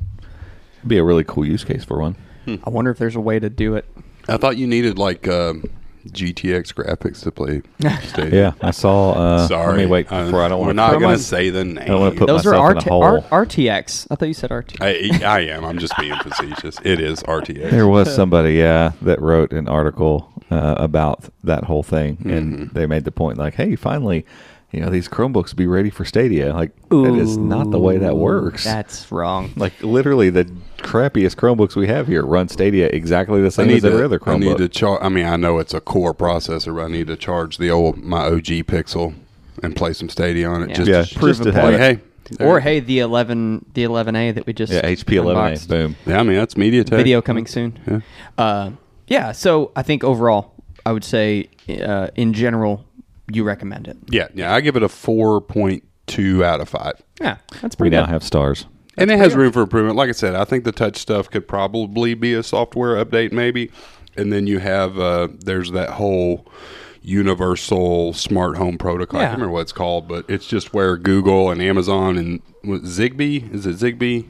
It'd be a really cool use case for one.
I wonder if there's a way to do it.
I thought you needed like um, GTX graphics to play. Stadia.
Yeah, I saw. Uh,
Sorry.
Let me wait before I, don't
We're
want
not
to.
going to say the name.
wanna put-
Those are
myself in
RT-
a hole.
R- RTX. I thought you said RTX.
I, I am. I'm just being facetious. It is RTX.
There was somebody, yeah, that wrote an article uh, about that whole thing,
Mm-hmm.
and they made the point like, "Hey, finally, you know, these Chromebooks be ready for Stadia." Like, that is not the way that works.
That's wrong.
like literally, the crappiest Chromebooks we have here run Stadia exactly the
I
same
need
as every
to.
other
I need
Chromebook.
to charge. I mean, I know it's a core processor, but I need to charge the old my OG Pixel. and play some Stadia on it.
Yeah.
Just,
Yeah,
to sh-
prove
just to
to
play.
have
Hey,
it.
Or hey, the eleven, the eleven A that we just
Yeah, HP 11A.
unboxed.
Boom.
yeah, I mean that's media tech.
video coming soon. Yeah. Uh, yeah. So I think overall, I would say uh, in general, you recommend it.
Yeah, yeah, I give it a four point two out of five.
Yeah, that's
We
pretty
now
good.
have stars.
and it has room for improvement. Like I said, I think the touch stuff could probably be a software update, maybe. And then you have uh, there's that whole universal smart home protocol. I
Yeah.
can't remember what it's called, but it's just where Google and Amazon and what, Zigbee is it Zigbee?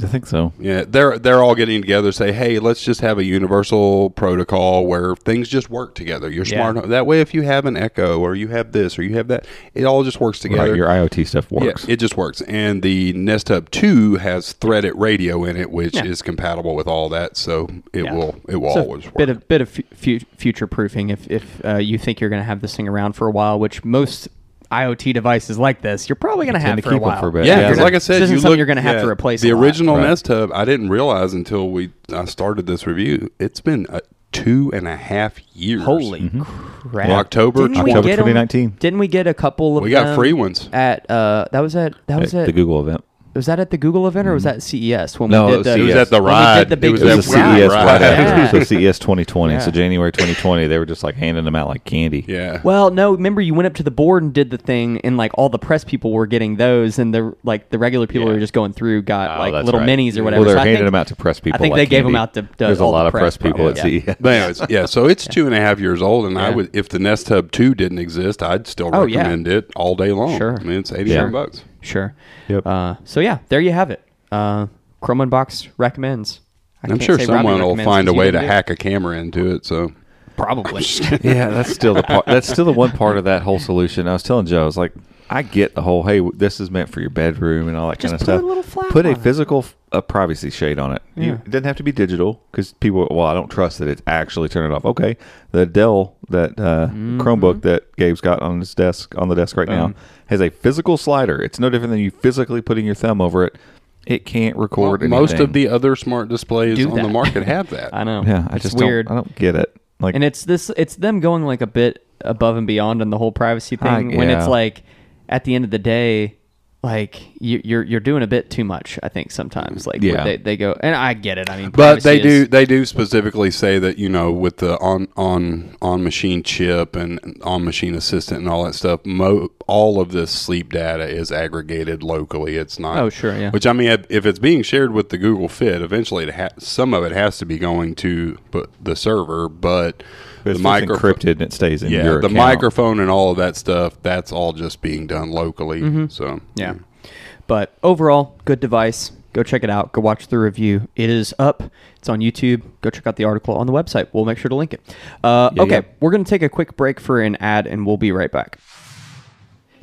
I think so.
Yeah, they're they're all getting together. Say, hey, let's just have a universal protocol where things just work together. Your
Yeah.
smart home that way. If you have an Echo or you have this or you have that, it all just works together.
Right, your IoT stuff works.
Yeah, it just works. And the Nest Hub 2 has threaded radio in it, which
Yeah.
is compatible with all that, so it
Yeah.
will it will
So
always work.
bit of bit of fu- future proofing if if uh, you think you're going to have this thing around for a while, which most IoT devices like this, you're probably going to have
to
for a
keep 'em
while.
for a bit.
yeah,
Yeah,
because
you're
like
gonna-
I said,
this isn't
you
something
look-
you're going to have
yeah,
to replace
the
a lot.
original
Right.
Nest Hub. I didn't realize until we I started this review. It's been uh two and a half years.
Holy crap!
Well, October
Didn't we
October
get 'em-
2019.
Didn't we get a couple of?
We got
them
free ones.
at uh, that was at that was
At
at
the Google event.
was that at the Google event or was that CES when
No,
we
it
did
was
the
It was
CES.
at the
when we did
ride.
the big
it was,
It was a E
at
a ride,
CES
right
right
Yeah.
after. So CES 2020.
Yeah.
So January 2020, they were just like handing them out like candy.
Yeah.
Well, no, remember you went up to the board and did the thing, and like all the press people were getting those, and the like the regular people who were just going through got
Oh,
like
that's
little
right.
minis or
Well,
whatever.
they're
So I
handing
think-
them out to press people.
I think
like
they gave
candy.
them out to, to
There's a
all
lot
the
of press people at
probably. Yeah.
CES.
But anyways, yeah. So it's two and a half years old, and I would if the Nest Hub two didn't exist, I'd still
Oh, yeah.
recommend it all day long.
Sure.
I mean it's eighty
Yeah.
nine bucks.
Sure.
Yep.
Uh, so yeah, there you have it. Uh, Chrome Unbox recommends. I
I'm
can't
sure
say Robbie
someone will
recommends
find a
'cause you
way to
didn't do it.
hack a camera into it. So
Probably.
yeah, that's still the part. That's still the one part of that whole solution. I was telling Joe, I was like, I get the whole, hey, w- this is meant for your bedroom and all that
Just
kind of
put a
stuff.
little flat
put a
on it.
physical a privacy shade on it. You-
Yeah.
it doesn't have to be digital because people. Well, I don't trust that it's actually turning off. Okay, the Dell that uh,
Mm-hmm.
Chromebook that Gabe's got on his desk on the desk right
Um.
now has a physical slider. It's no different than you physically putting your thumb over it. It can't record.
most
anything.
of the other smart displays
Do
on
that.
the market have that.
I know.
yeah, I
it's
just
weird.
Don't, I don't get it. Like,
and it's this. It's them going like a bit above and beyond on the whole privacy thing.
I-
When it's
yeah.
like, at the end of the day, like you, you're you're doing a bit too much. I think sometimes. Like
Yeah.
they, they go and I get it. I mean,
but they
privacy is-
do they do specifically say that you know with the on on on machine chip and on machine assistant and all that stuff mo- all of this sleep data is aggregated locally it's not
Oh, sure, yeah.
which i mean if- if it's being shared with the google fit eventually it ha- some of it has to be going to but the server but
it's
the
just
micro
encrypted and it stays in
yeah
your
the
account.
microphone and all of that stuff that's all just being done locally so
Yeah. But overall, good device. Go check it out. Go watch the review. It is up. It's on YouTube. Go check out the article on the website. We'll make sure to link it. Uh, okay,
yeah.
we're going to take a quick break for an ad, and we'll be right back.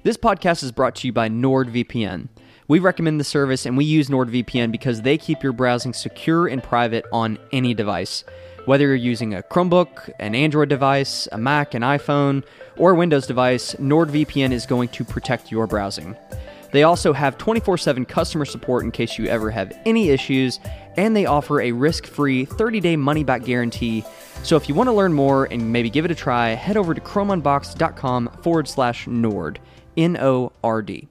This podcast is brought to you by NordVPN. We recommend the service and we use NordVPN because they keep your browsing secure and private on any device. Whether you're using a Chromebook, an Android device, a Mac, an iPhone, or a Windows device, NordVPN is going to protect your browsing. They also have 24 7 customer support in case you ever have any issues, and they offer a risk free 30 day money back guarantee. So if you want to learn more and maybe give it a try, head over to chromeunbox.com forward slash Nord. N O R D.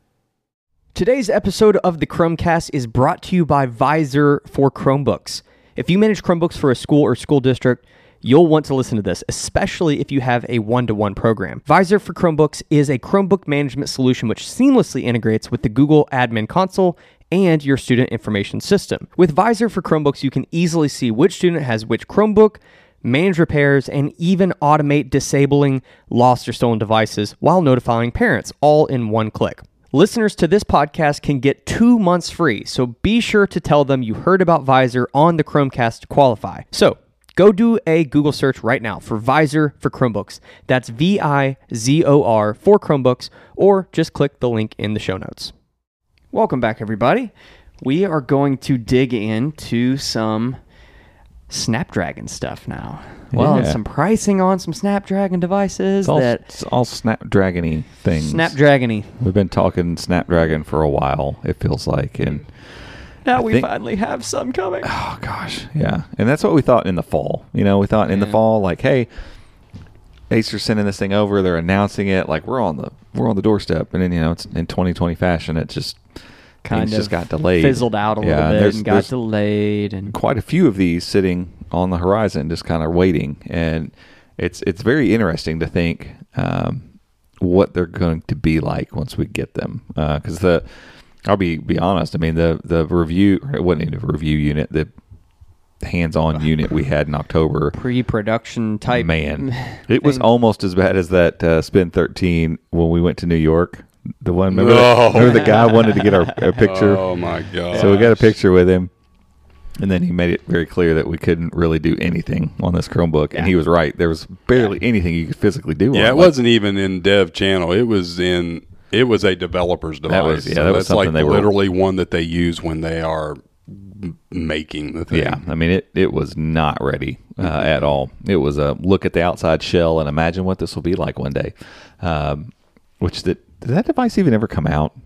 Today's episode of the Chromecast is brought to you by Visor for Chromebooks. If you manage Chromebooks for a school or school district, you'll want to listen to this, especially if you have a one to one program. Visor for Chromebooks is a Chromebook management solution which seamlessly integrates with the Google Admin Console and your student information system. With Visor for Chromebooks, you can easily see which student has which Chromebook manage repairs, and even automate disabling lost or stolen devices while notifying parents all in one click. Listeners to this podcast can get two months free, so be sure to tell them you heard about Visor on the Chromecast to qualify. So go do a Google search right now for Visor for Chromebooks. That's V I Z O R for Chromebooks, or just click the link in the show notes. Welcome back, everybody. We are going to dig into some Snapdragon stuff now. Well, and
Yeah.
some pricing on some Snapdragon devices
It's all,
that
it's all Snapdragon-y things.
Snapdragony.
We've been talking Snapdragon for a while. It feels like, and
Now we
think-
finally have some coming.
oh gosh, yeah. And that's what we thought in the fall. You know, we thought in the
Yeah.
fall, like, hey, Acer's sending this thing over. They're announcing it like we're on the we're on the doorstep, and then you know it's in 2020 fashion. It just
Kind
things
of
just got delayed,
fizzled out a
Yeah,
little bit,
there's-
and got
there's
delayed. And
quite a few of these sitting on the horizon, just kind of waiting. And it's it's very interesting to think um, what they're going to be like once we get them. Because the I'll be be honest. I mean the the review it wasn't even a review unit the hands on unit we had in October.
pre-production type
Man,
Mm-hmm.
it was
thing.
almost as bad as that uh, Spin Thirteen when we went to New York. The one remember,
No.
remember the guy wanted to get our, our picture.
Oh my god!
So we got a picture with him, and then he made it very clear that we couldn't really do anything on this Chromebook, and he was right. There was barely anything you could physically do. on
Yeah,
it.
it
Like,
wasn't even in Dev Channel. It was in. It was a developer's device.
That was- yeah,
So
that was
that's like
something they were-
literally one that they use when they are m- making the thing.
Yeah, I mean it. It was not ready uh,
Mm-hmm.
at all. It was a look at the outside shell and imagine what this will be like one day. Um, which did, did that device even ever come out?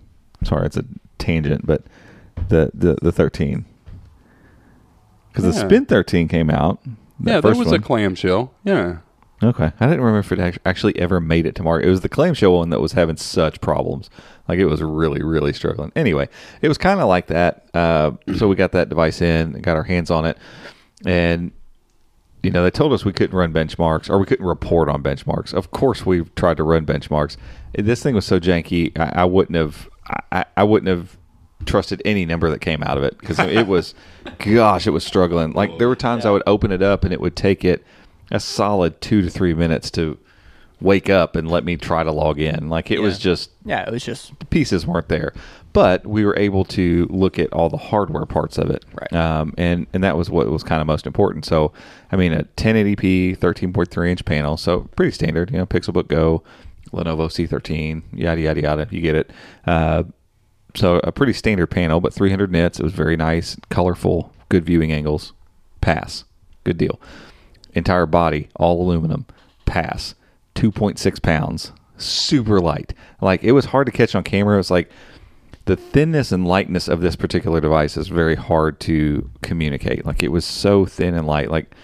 Sorry, it's a tangent, but the the the thirteen because the
Yeah.
Spin thirteen came out. that
yeah, there
first
was a
one.
clamshell. Yeah,
Okay, I didn't remember if it act- actually ever made it to market. It was the clamshell one that was having such problems, like it was really, really struggling. Anyway, it was kind of like that. Uh, so we got that device in, and got our hands on it, and you know they told us we couldn't run benchmarks or we couldn't report on benchmarks. Of course, we tried to run benchmarks. This thing was so janky, I, I wouldn't have, I- I, I wouldn't have trusted any number that came out of it because it was, gosh, it was struggling. Like there were times I would open it up and it would take it a solid two to three minutes to wake up and let me try to log in. Like it was just
yeah, it was just
the pieces weren't there, but we were able to look at all the hardware parts of it,
Right.
Um, and and that was what was kind of most important. So, I mean, a 1080p 13.3 inch panel, so pretty standard, you know, Pixelbook Go, Lenovo C13, yada yada yada. You get it. Uh, so a pretty standard panel, but 300 nits. It was very nice, colorful, good viewing angles. Pass, good deal. Entire body, all aluminum. Pass, 2.6 pounds, super light. Like it was hard to catch on camera. It was like the thinness and lightness of this particular device is very hard to communicate. Like it was so thin and light. Like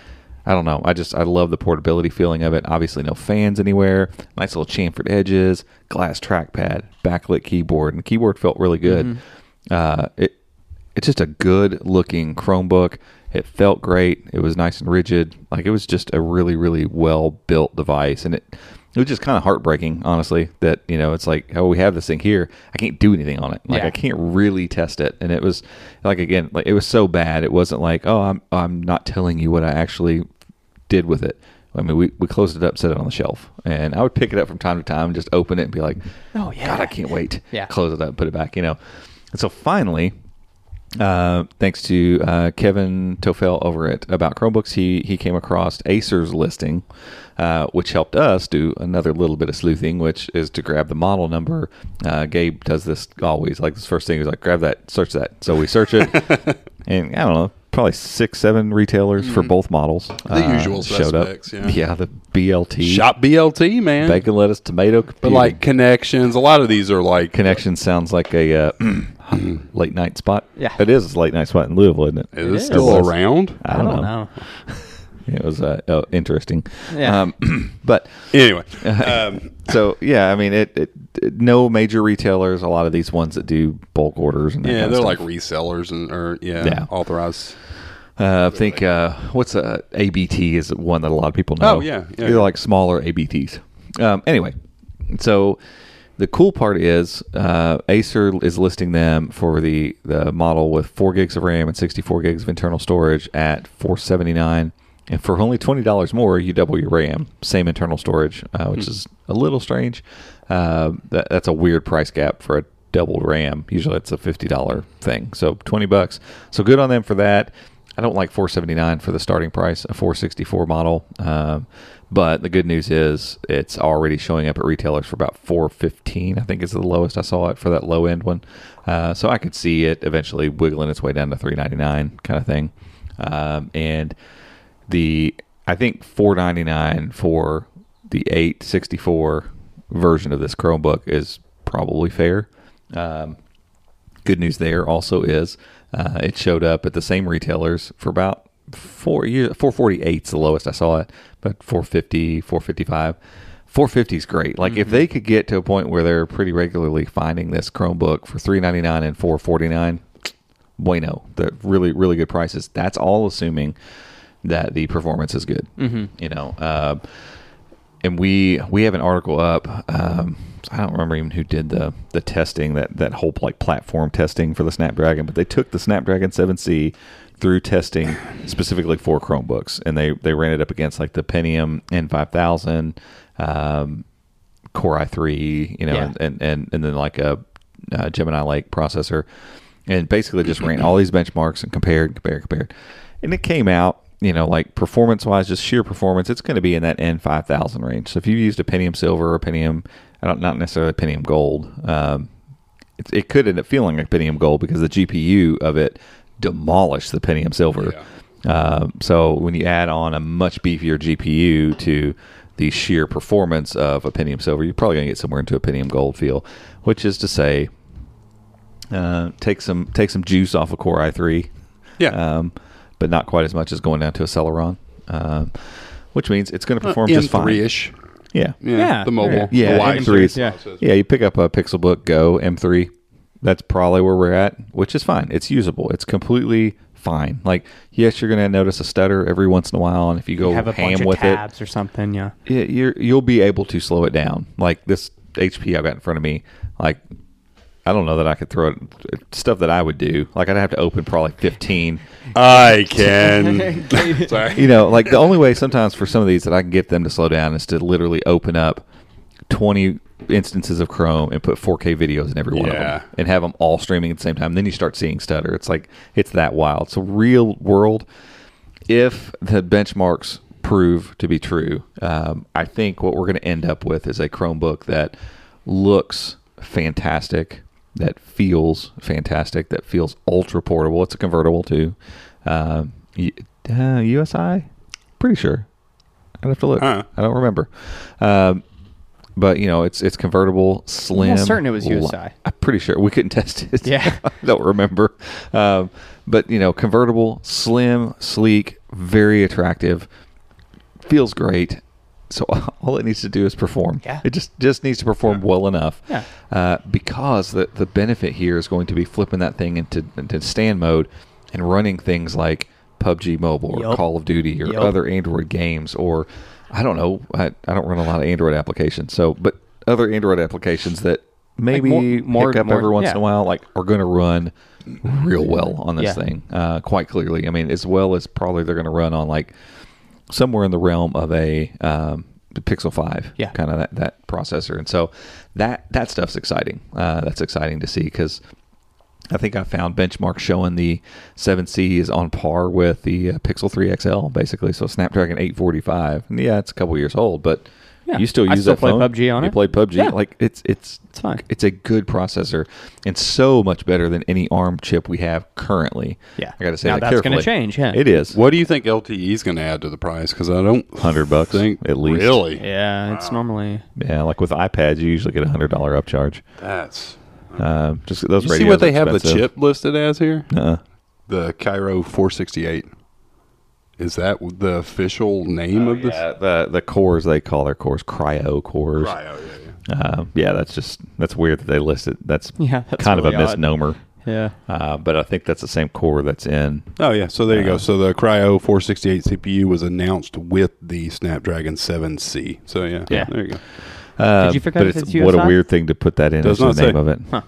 I don't know. I just I love the portability feeling of it. Obviously, no fans anywhere. Nice little chamfered edges, glass trackpad, backlit keyboard, and the keyboard felt really good. Uh, it it's just a good looking Chromebook. It felt great. It was nice and rigid. Like it was just a really really well built device, and it it was just kind of heartbreaking, honestly. That you know, it's like oh, we have this thing here. I can't do anything on it. Like
Yeah.
I can't really test it. And it was like again, like it was so bad. It wasn't like oh, I'm I'm not telling you what I actually did with it. I mean, we, we closed it up, set it on the shelf, and I would pick it up from time to time, just open it and be like,
Oh, yeah.
God, I can't wait."
Yeah.
close it up, put it back, you know. And so finally, uh, thanks to uh, Kevin Tofel over at About Chromebooks, he he came across Acer's listing, uh, which helped us do another little bit of sleuthing, which is to grab the model number. Uh, Gabe does this always. Like this first thing, he's like, "Grab that, search that." So we search it, and I don't know, probably six, seven retailers for both models. The
Hmm. usual suspects, yeah.
yeah, the BLT,
shop BLT man.
bacon, lettuce, tomato,
but like connections, a lot of these are like
connection sounds like a uh, late night spot.
Yeah.
it is a late night spot in Louisville, isn't it?
is it
is.
still around?
I don't, know. It was uh, oh, interesting.
Yeah.
Um, but
Anyway, um,
so yeah, I mean, it, it, it- No major retailers. A lot of these ones that do bulk orders and that
yeah,
kind of
they're
stuff.
like resellers and or yeah,
Yeah.
authorized.
Uh, I think uh, what's a ABT is one that a lot of people know.
Oh, yeah, yeah.
they're like smaller ABTs. Um, anyway, so the cool part is uh, Acer is listing them for the the model with four gigs of RAM and sixty four gigs of internal storage at four seventy nine. And for only twenty dollars more, you double your RAM, same internal storage, uh,
Hmm.
which is a little strange. Uh, that, that's a weird price gap for a doubled RAM. Usually it's a fifty dollar thing. So twenty bucks. So good on them for that. I don't like four seventy nine for the starting price, a four sixty four model. Um, but the good news is it's already showing up at retailers for about four fifteen. I think is the lowest I saw it for that low end one. Uh, so I could see it eventually wiggling its way down to three ninety nine kind of thing. Um, and the I think four ninety nine for the eight sixty four version of this Chromebook is probably fair. Um, good news there also is uh, it showed up at the same retailers for about four years, 448 is the lowest I saw it, but 450, 455. 450 is great. Like if they could get to a point where they're pretty regularly finding this Chromebook for 399 and 449, bueno, the really really good prices. That's all assuming that the performance is good. Mm-hmm. You know, uh, and we we have an article up. Um, I don't remember even who did the the testing that that whole like platform testing for the Snapdragon, but they took the Snapdragon 7C through testing specifically for Chromebooks, and they they ran it up against like the Pentium N5000, um, Core i3, you know,
Yeah.
and, and and and then like a, uh Gemini Lake processor, and basically just ran all these benchmarks and compared, compared, compared, and it came out. You know, like performance wise, just sheer performance, it's going to be in that N five thousand range. So if you used a Pentium Silver or a Pentium, I don't not necessarily Pentium Gold, um, it, it could end up feeling like Pentium Gold because the GPU of it demolished the Pentium Silver.
Yeah.
Um, so when you add on a much beefier GPU to the sheer performance of a Pentium Silver, you're probably going to get somewhere into a Pentium Gold feel, which is to say, uh, take some take some juice off a of Core i3,
Yeah.
um, but not quite as much as going down to a Celeron, um, which means it's going to perform just fine.
M3 ish.
Yeah,
Yeah,
Yeah.
The mobile.
yeah,
The wide
M3s.
series.
Yeah.
Yeah, you pick up a Pixel Book Go M3. That's probably where we're at, which is fine. It's usable. It's completely fine. Like, yes, you're going to notice a stutter every once in a while, and if you go
have a bunch
ham
of
with it,
tabs or something. Yeah.
it, you're, you'll be able to slow it down. Like this HP I've got in front of me, like I don't know that I could throw it stuff that I would do. Like I'd have to open probably 15
I can. Sorry.
you know, like the only way sometimes for some of these that I can get them to slow down is to literally open up 20 instances of Chrome and put 4K videos in every one of
Yeah.
them and have them all streaming at the same time. Then you start seeing stutter. It's like, it's that wild. So, real world, if the benchmarks prove to be true, um, I think what we're going to end up with is a Chromebook that looks fantastic, that feels fantastic, that feels ultra portable. It's a convertible too. Um, y- uh, USI, pretty sure. I'd have to look.
Huh.
I don't remember. Um, but you know, it's it's convertible, slim.
almost certain it was
li-
USI.
I'm pretty sure we couldn't test it.
Yeah.
I don't remember. Um, but you know, convertible, slim, sleek, very attractive, feels great. So all it needs to do is perform.
Yeah.
It just just needs to perform well enough.
Yeah.
Uh, because the the benefit here is going to be flipping that thing into into stand mode and running things like PUBG Mobile or
Yup.
Call of Duty or
Yup.
other Android games or I don't know. I, I don't run a lot of Android applications. So, but other Android applications that maybe
more- more-
pick up
more-
every once
yeah.
in a while, like are going to run real well on this
Yeah.
thing, uh, quite clearly. I mean, as well as probably they're going to run on like somewhere in the realm of a um, the Pixel Five,
Yeah.
kind of that, that processor. And so that that stuff's exciting. Uh, that's exciting to see because I think I found benchmarks showing the 7C is on par with the uh, Pixel 3 XL, basically. So Snapdragon 845. And yeah, it's a couple years old, but
Yeah,
you still
I
use
still
that
play
phone.
PUBG on
you
it.
play PUBG.
Yeah.
Like it's it's
It's fine.
It's a good processor and so much better than any ARM chip we have currently.
Yeah.
I got to say
Now
that
that's gonna
carefully.
change, yeah.
it is.
What do you think LTE is going to add to the price? Because I don't
Hundred bucks
think
at least.
Really?
Yeah, it's normally
Yeah, like with iPads, you usually get a hundred dollar upcharge.
That's.
Um, just those.
You see
radios
what they
are
have the
expensive.
chip listed as here?
Uh-uh.
The Cairo 468. Is that the official
Oh,
name of this?
Yeah, the the cores they call their cores cryo cores.
Oh,
Cryo, yeah, yeah.
Um, yeah, that's just that's weird that they list it. That's
Yeah, that's
kind
really
of a
odd.
misnomer.
yeah.
Uh, but I think that's the same core that's in.
Oh yeah, so there you
Uh-huh.
go. So the Cryo 468 CPU was announced with the Snapdragon 7C. So yeah,
Yeah.
there you go.
Uh,
Did you figure out
but
if
it's-
it's
what a
USI?
weird thing to put that in
Does
as the
not
name
say.
of it.
Huh.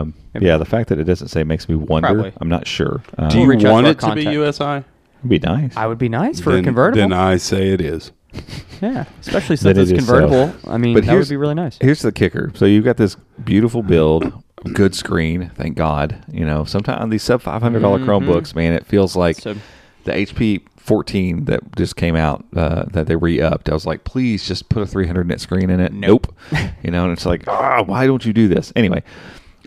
Um, yeah, the fact that it doesn't say makes me wonder.
Probably.
I'm not sure. Um,
Do
We'll reach out
you
to
want
our
it to be
contact.
USI?
it'd be nice.
I would be nice for
then,
a convertible.
Then I say it is.
yeah, especially
Then
since it's
it is so.
convertible. I mean, that would
here's-
be really nice.
Here's the kicker. So you've got this beautiful build, good screen. Thank God. You know, sometimes these sub five hundred
Mhm.
Chromebooks, man, it feels like
So-
the HP fourteen that just came out uh, that they re upped. I was like, please just put a three hundred nit screen in it. Nope. you know, and it's like, ah, why don't you do this anyway?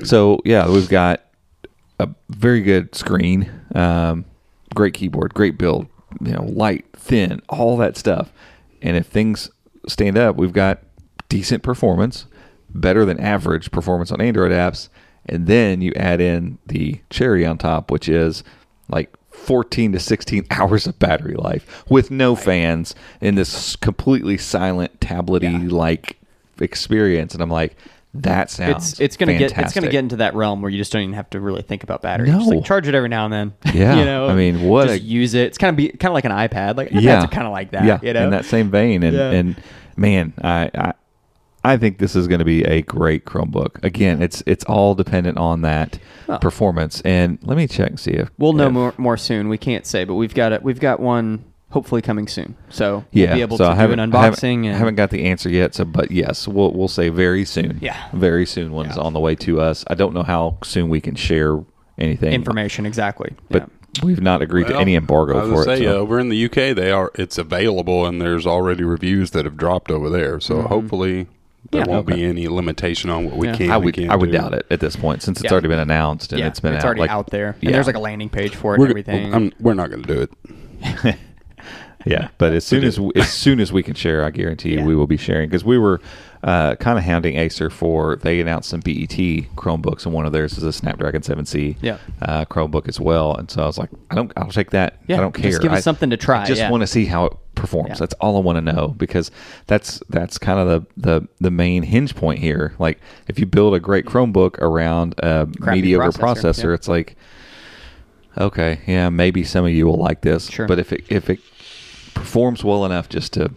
So yeah, we've got a very good screen, um, great keyboard, great build, you know, light, thin, all that stuff. And if things stand up, we've got decent performance, better than average performance on Android apps. And then you add in the cherry on top, which is like 14 to 16 hours of battery life with no fans in this completely silent tablety like experience. And I'm like, that sounds
It's it's gonna get it's gonna
fantastic.
get into that realm where you just don't even have to really think about battery. Just
No.
like charge it every now and then.
Yeah.
you know.
I mean, what
Just
a-
use it. It's kind of be kind of like an iPad. Like iPads are kind of like that.
Yeah,
you know.
in that same vein, and
Yeah.
and man, I, I I think this is going to be a great Chromebook. Again, it's it's all dependent on that
Well.
performance. And let me check and see if
We'll know
if-
more more soon. We can't say, but we've got it. We've got one hopefully coming soon. So we'll
Yeah,
be able
so
to do
I
an
haven't- I haven't-
unboxing. and,
haven't got the answer yet. So, but yes, we'll we'll say very soon.
Yeah.
very soon. One's
Yeah.
on the way to us. I don't know how soon we can share anything
information exactly.
but
yeah.
we've not agreed to
Well,
any
I
embargo
was
for
gonna
it.
say, uh,
so-
over in the UK, they are it's available, and there's already reviews that have dropped over there. So hopefully, there
Mm-hmm. Yeah.
won't
Okay.
be any limitation on what we
Yeah.
can.
I
and
would
can't
I would
do.
doubt it at this point since it's
Yeah.
already been announced and it's been out,
already
like-
out there. And
yeah.
there's like a landing page for it
We're,
and everything.
I'm, we're not going to do it.
Yeah, but as soon
do.
as as soon as we can share, I guarantee you
Yeah.
we will be sharing because we were uh, kind of hounding Acer for they announced some BET Chromebooks and one of theirs is a Snapdragon 7C
Yeah.
uh, Chromebook as well, and so I was like, I don't, I'll take that.
Yeah,
I don't care.
just give us
I-
something to try,
I just
yeah.
want to see how it performs.
Yeah.
That's all I want to know because that's that's kind of the, the the main hinge point here. Like if you build a great Chromebook around a
Crappy
mediocre
processor,
processor,
yeah.
it's like. Okay, yeah, maybe some of you will like this,
Sure.
but if it if it performs well enough just to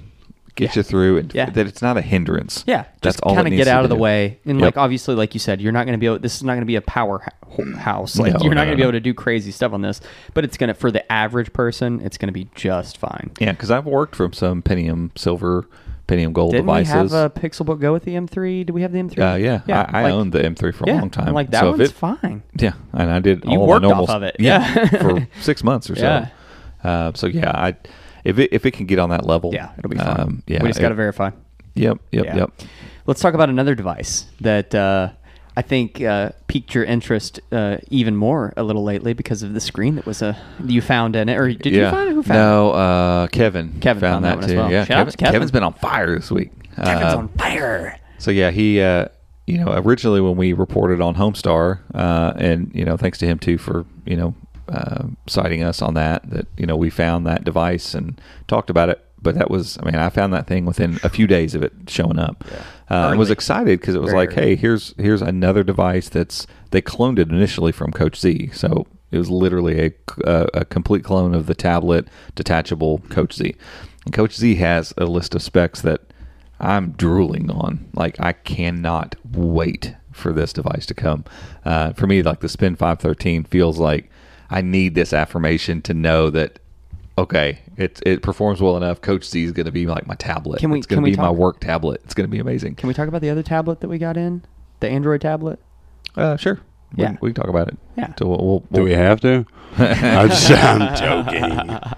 get
Yeah.
you through and
Yeah.
that it's not a hindrance.
Yeah,
that's
just
all.
kind of get out of the way. And like
obviously,
obviously, like you said, you're not going to be able. This is not going to be a powerhouse. Like
No,
you're not
no, no,
going to be
no.
able to do crazy stuff on this. But it's going to for the average person, it's going to be just fine.
yeah, because I've worked from some Pentium silver, Pentium gold
Didn't
devices.
we have a Pixelbook Go with the M3? Did we have the M3?
Uh, yeah, I, I
like-
owned the M3 for a
yeah,
long time.
Like that
so if
one's
it-
fine.
Yeah, and I did.
You
all the
worked off
normal-
of it, yeah.
for six months or so.
Yeah.
Uh, so yeah, I if it if it can get on that level,
Yeah, it'll be fine.
um, yeah,
we just
it-
got to verify.
Yep, yep,
Yeah.
yep.
Let's talk about another device that uh, I think uh, piqued your interest uh, even more a little lately because of the screen that was a you found in it, or did you find it? Who found it?
no, uh, Kevin.
Kevin found that one as well.
Yeah,
Shout out to Kevin.
Kevin's been on fire this week.
Kevin's
Uh,
on fire.
So yeah, he, uh, you know, originally when we reported on Homestar, uh, and you know, thanks to him too for you know uh, citing us on that. That you know we found that device and talked about it. But that was, I mean, I found that thing within a few days of it showing up. Uh, and was
Early.
excited because it was
Very
like,
early.
hey, here's here's another device that's they cloned it initially from Coach Z. So it was literally a, a, a complete clone of the tablet detachable Coach Z. And Coach Z has a list of specs that I'm drooling on. Like I cannot wait for this device to come. Uh, for me, like the Spin 513 feels like I need this affirmation to know that okay, it it performs well enough. Coach Z is going to be like my tablet.
Can we-
it's going
can
to
we
be my
talk-
work tablet. It's going to be amazing.
Can we talk about the other tablet that we got in? The Android tablet?
Uh, sure. We,
Yeah.
we can talk about it.
Yeah.
So we'll we'll,
Do we have to? I'm, just, I'm joking.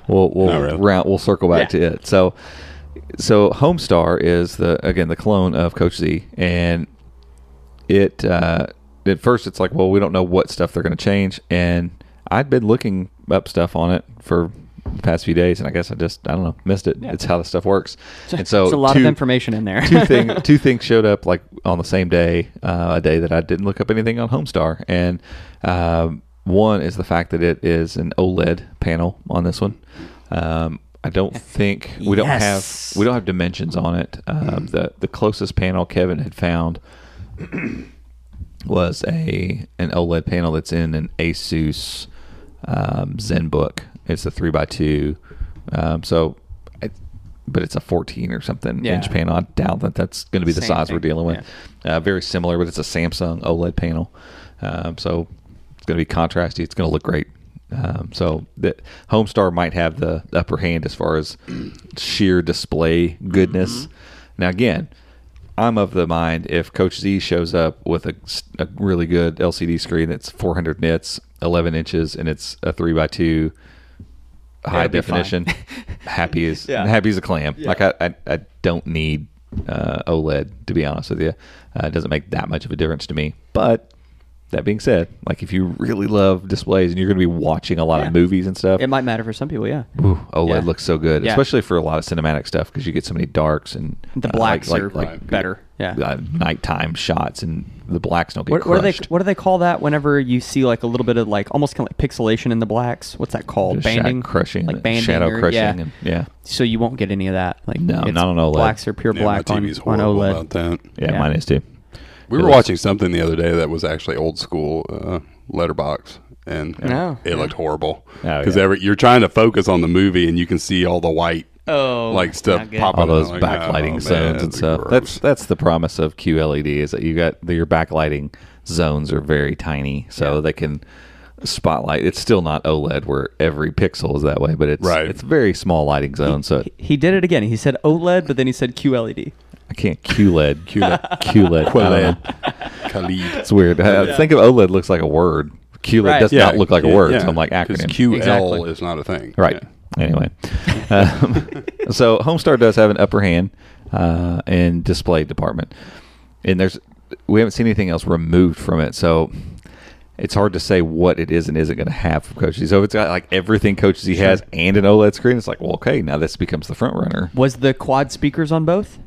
we'll,
Not
we'll
really.
round we'll circle back
Yeah.
to it. So so Homestar is the again the clone of Coach Z, and it uh, at first it's like well we don't know what stuff they're going to change, and I'd been looking up stuff on it for the past few days, and I guess I just I don't know missed it.
Yeah.
It's how this stuff works, and so
There's a lot of
two-
information in there.
two things two things showed up like on the same day uh, a day that I didn't look up anything on Homestar and um, one is the fact that it is an OLED panel on this one um, I don't think we don't
Yes. Hmm.
have we don't have dimensions on it um, the the closest panel Kevin had found was a an OLED panel that's in an ASUS um, ZenBook. It's a three by two, um, so, it, but it's a fourteen or something
Yeah.
inch panel. I doubt that that's going to be the
Same
size we're
thing,
dealing with. Uh, very similar, but it's a Samsung OLED panel, um, so it's going to be contrasty. It's going to look great. Um, so that Homestar might have the upper hand as far as sheer display goodness.
Mm-hmm.
Now again, I'm of the mind if Coach Z shows up with a, a really good LCD screen that's 400 nits, 11 inches, and it's a three by two high
It'll be
definition, happy as
Yeah.
happy as a clam. Like I, I, I don't need uh, OLED to be honest with you. Uh, it doesn't make that much of a difference to me. But that being said, like if you really love displays and you're going to be watching a lot
Yeah.
of movies and stuff,
it might matter for some people, yeah.
Ooh, OLED
Yeah.
looks so good,
Yeah.
especially for a lot of cinematic stuff because you get so many darks and
The
uh,
blacks
like-
are
like- like-
better. Yeah.
uh, nighttime shots and the blacks don't get
What, what do
crushed.
they What do they call that? Whenever you see like a little bit of like almost kind of like pixelation in the blacks, what's that called?
Just shadow
banding,
crushing,
like
and
banding,
shadow
or-
crushing,
Yeah.
and- yeah.
So you won't get any of that. Like
No,
it's
not on E OLED.
Blacks are pure
Yeah,
black
my
on,
TV's
on E
horrible
OLED.
about that.
yeah,
Yeah.
mine is too.
We
It
were
was-
watching something the other day that was actually old school uh, letterbox, and
No.
it looked horrible
Oh,
because
yeah.
you're trying to focus on the movie and you can see all the white
Oh,
like stuff
not good.
popping.
all those
out, like,
backlighting
oh, man,
zones and
that's
stuff.
gross.
That's that's the promise of QLED is that you got the, your backlighting zones are very tiny, so they can spotlight. It's still not OLED where every pixel is that way, but it's
Right.
it's very small lighting zone. So it,
He did it again. He said OLED, but then he said E QLED.
I can't E QLED
E
QLED QLED. QLED.
Khalid.
It's weird. I- I think of OLED looks like a word. QLED
Right.
does
Yeah,
not look like a word. So I'm like
'Cause
acronym.
QL
Exactly.
is not a thing.
Right.
Yeah.
Anyway, um, so Homestar does have an upper hand uh, in display department, and there's we haven't seen anything else removed from it, so it's hard to say what it is and isn't going to have from Coach Z. So if it's got like everything Coach Z has and an OLED screen, it's like well, okay, now this becomes the front runner.
Was the quad speakers on both?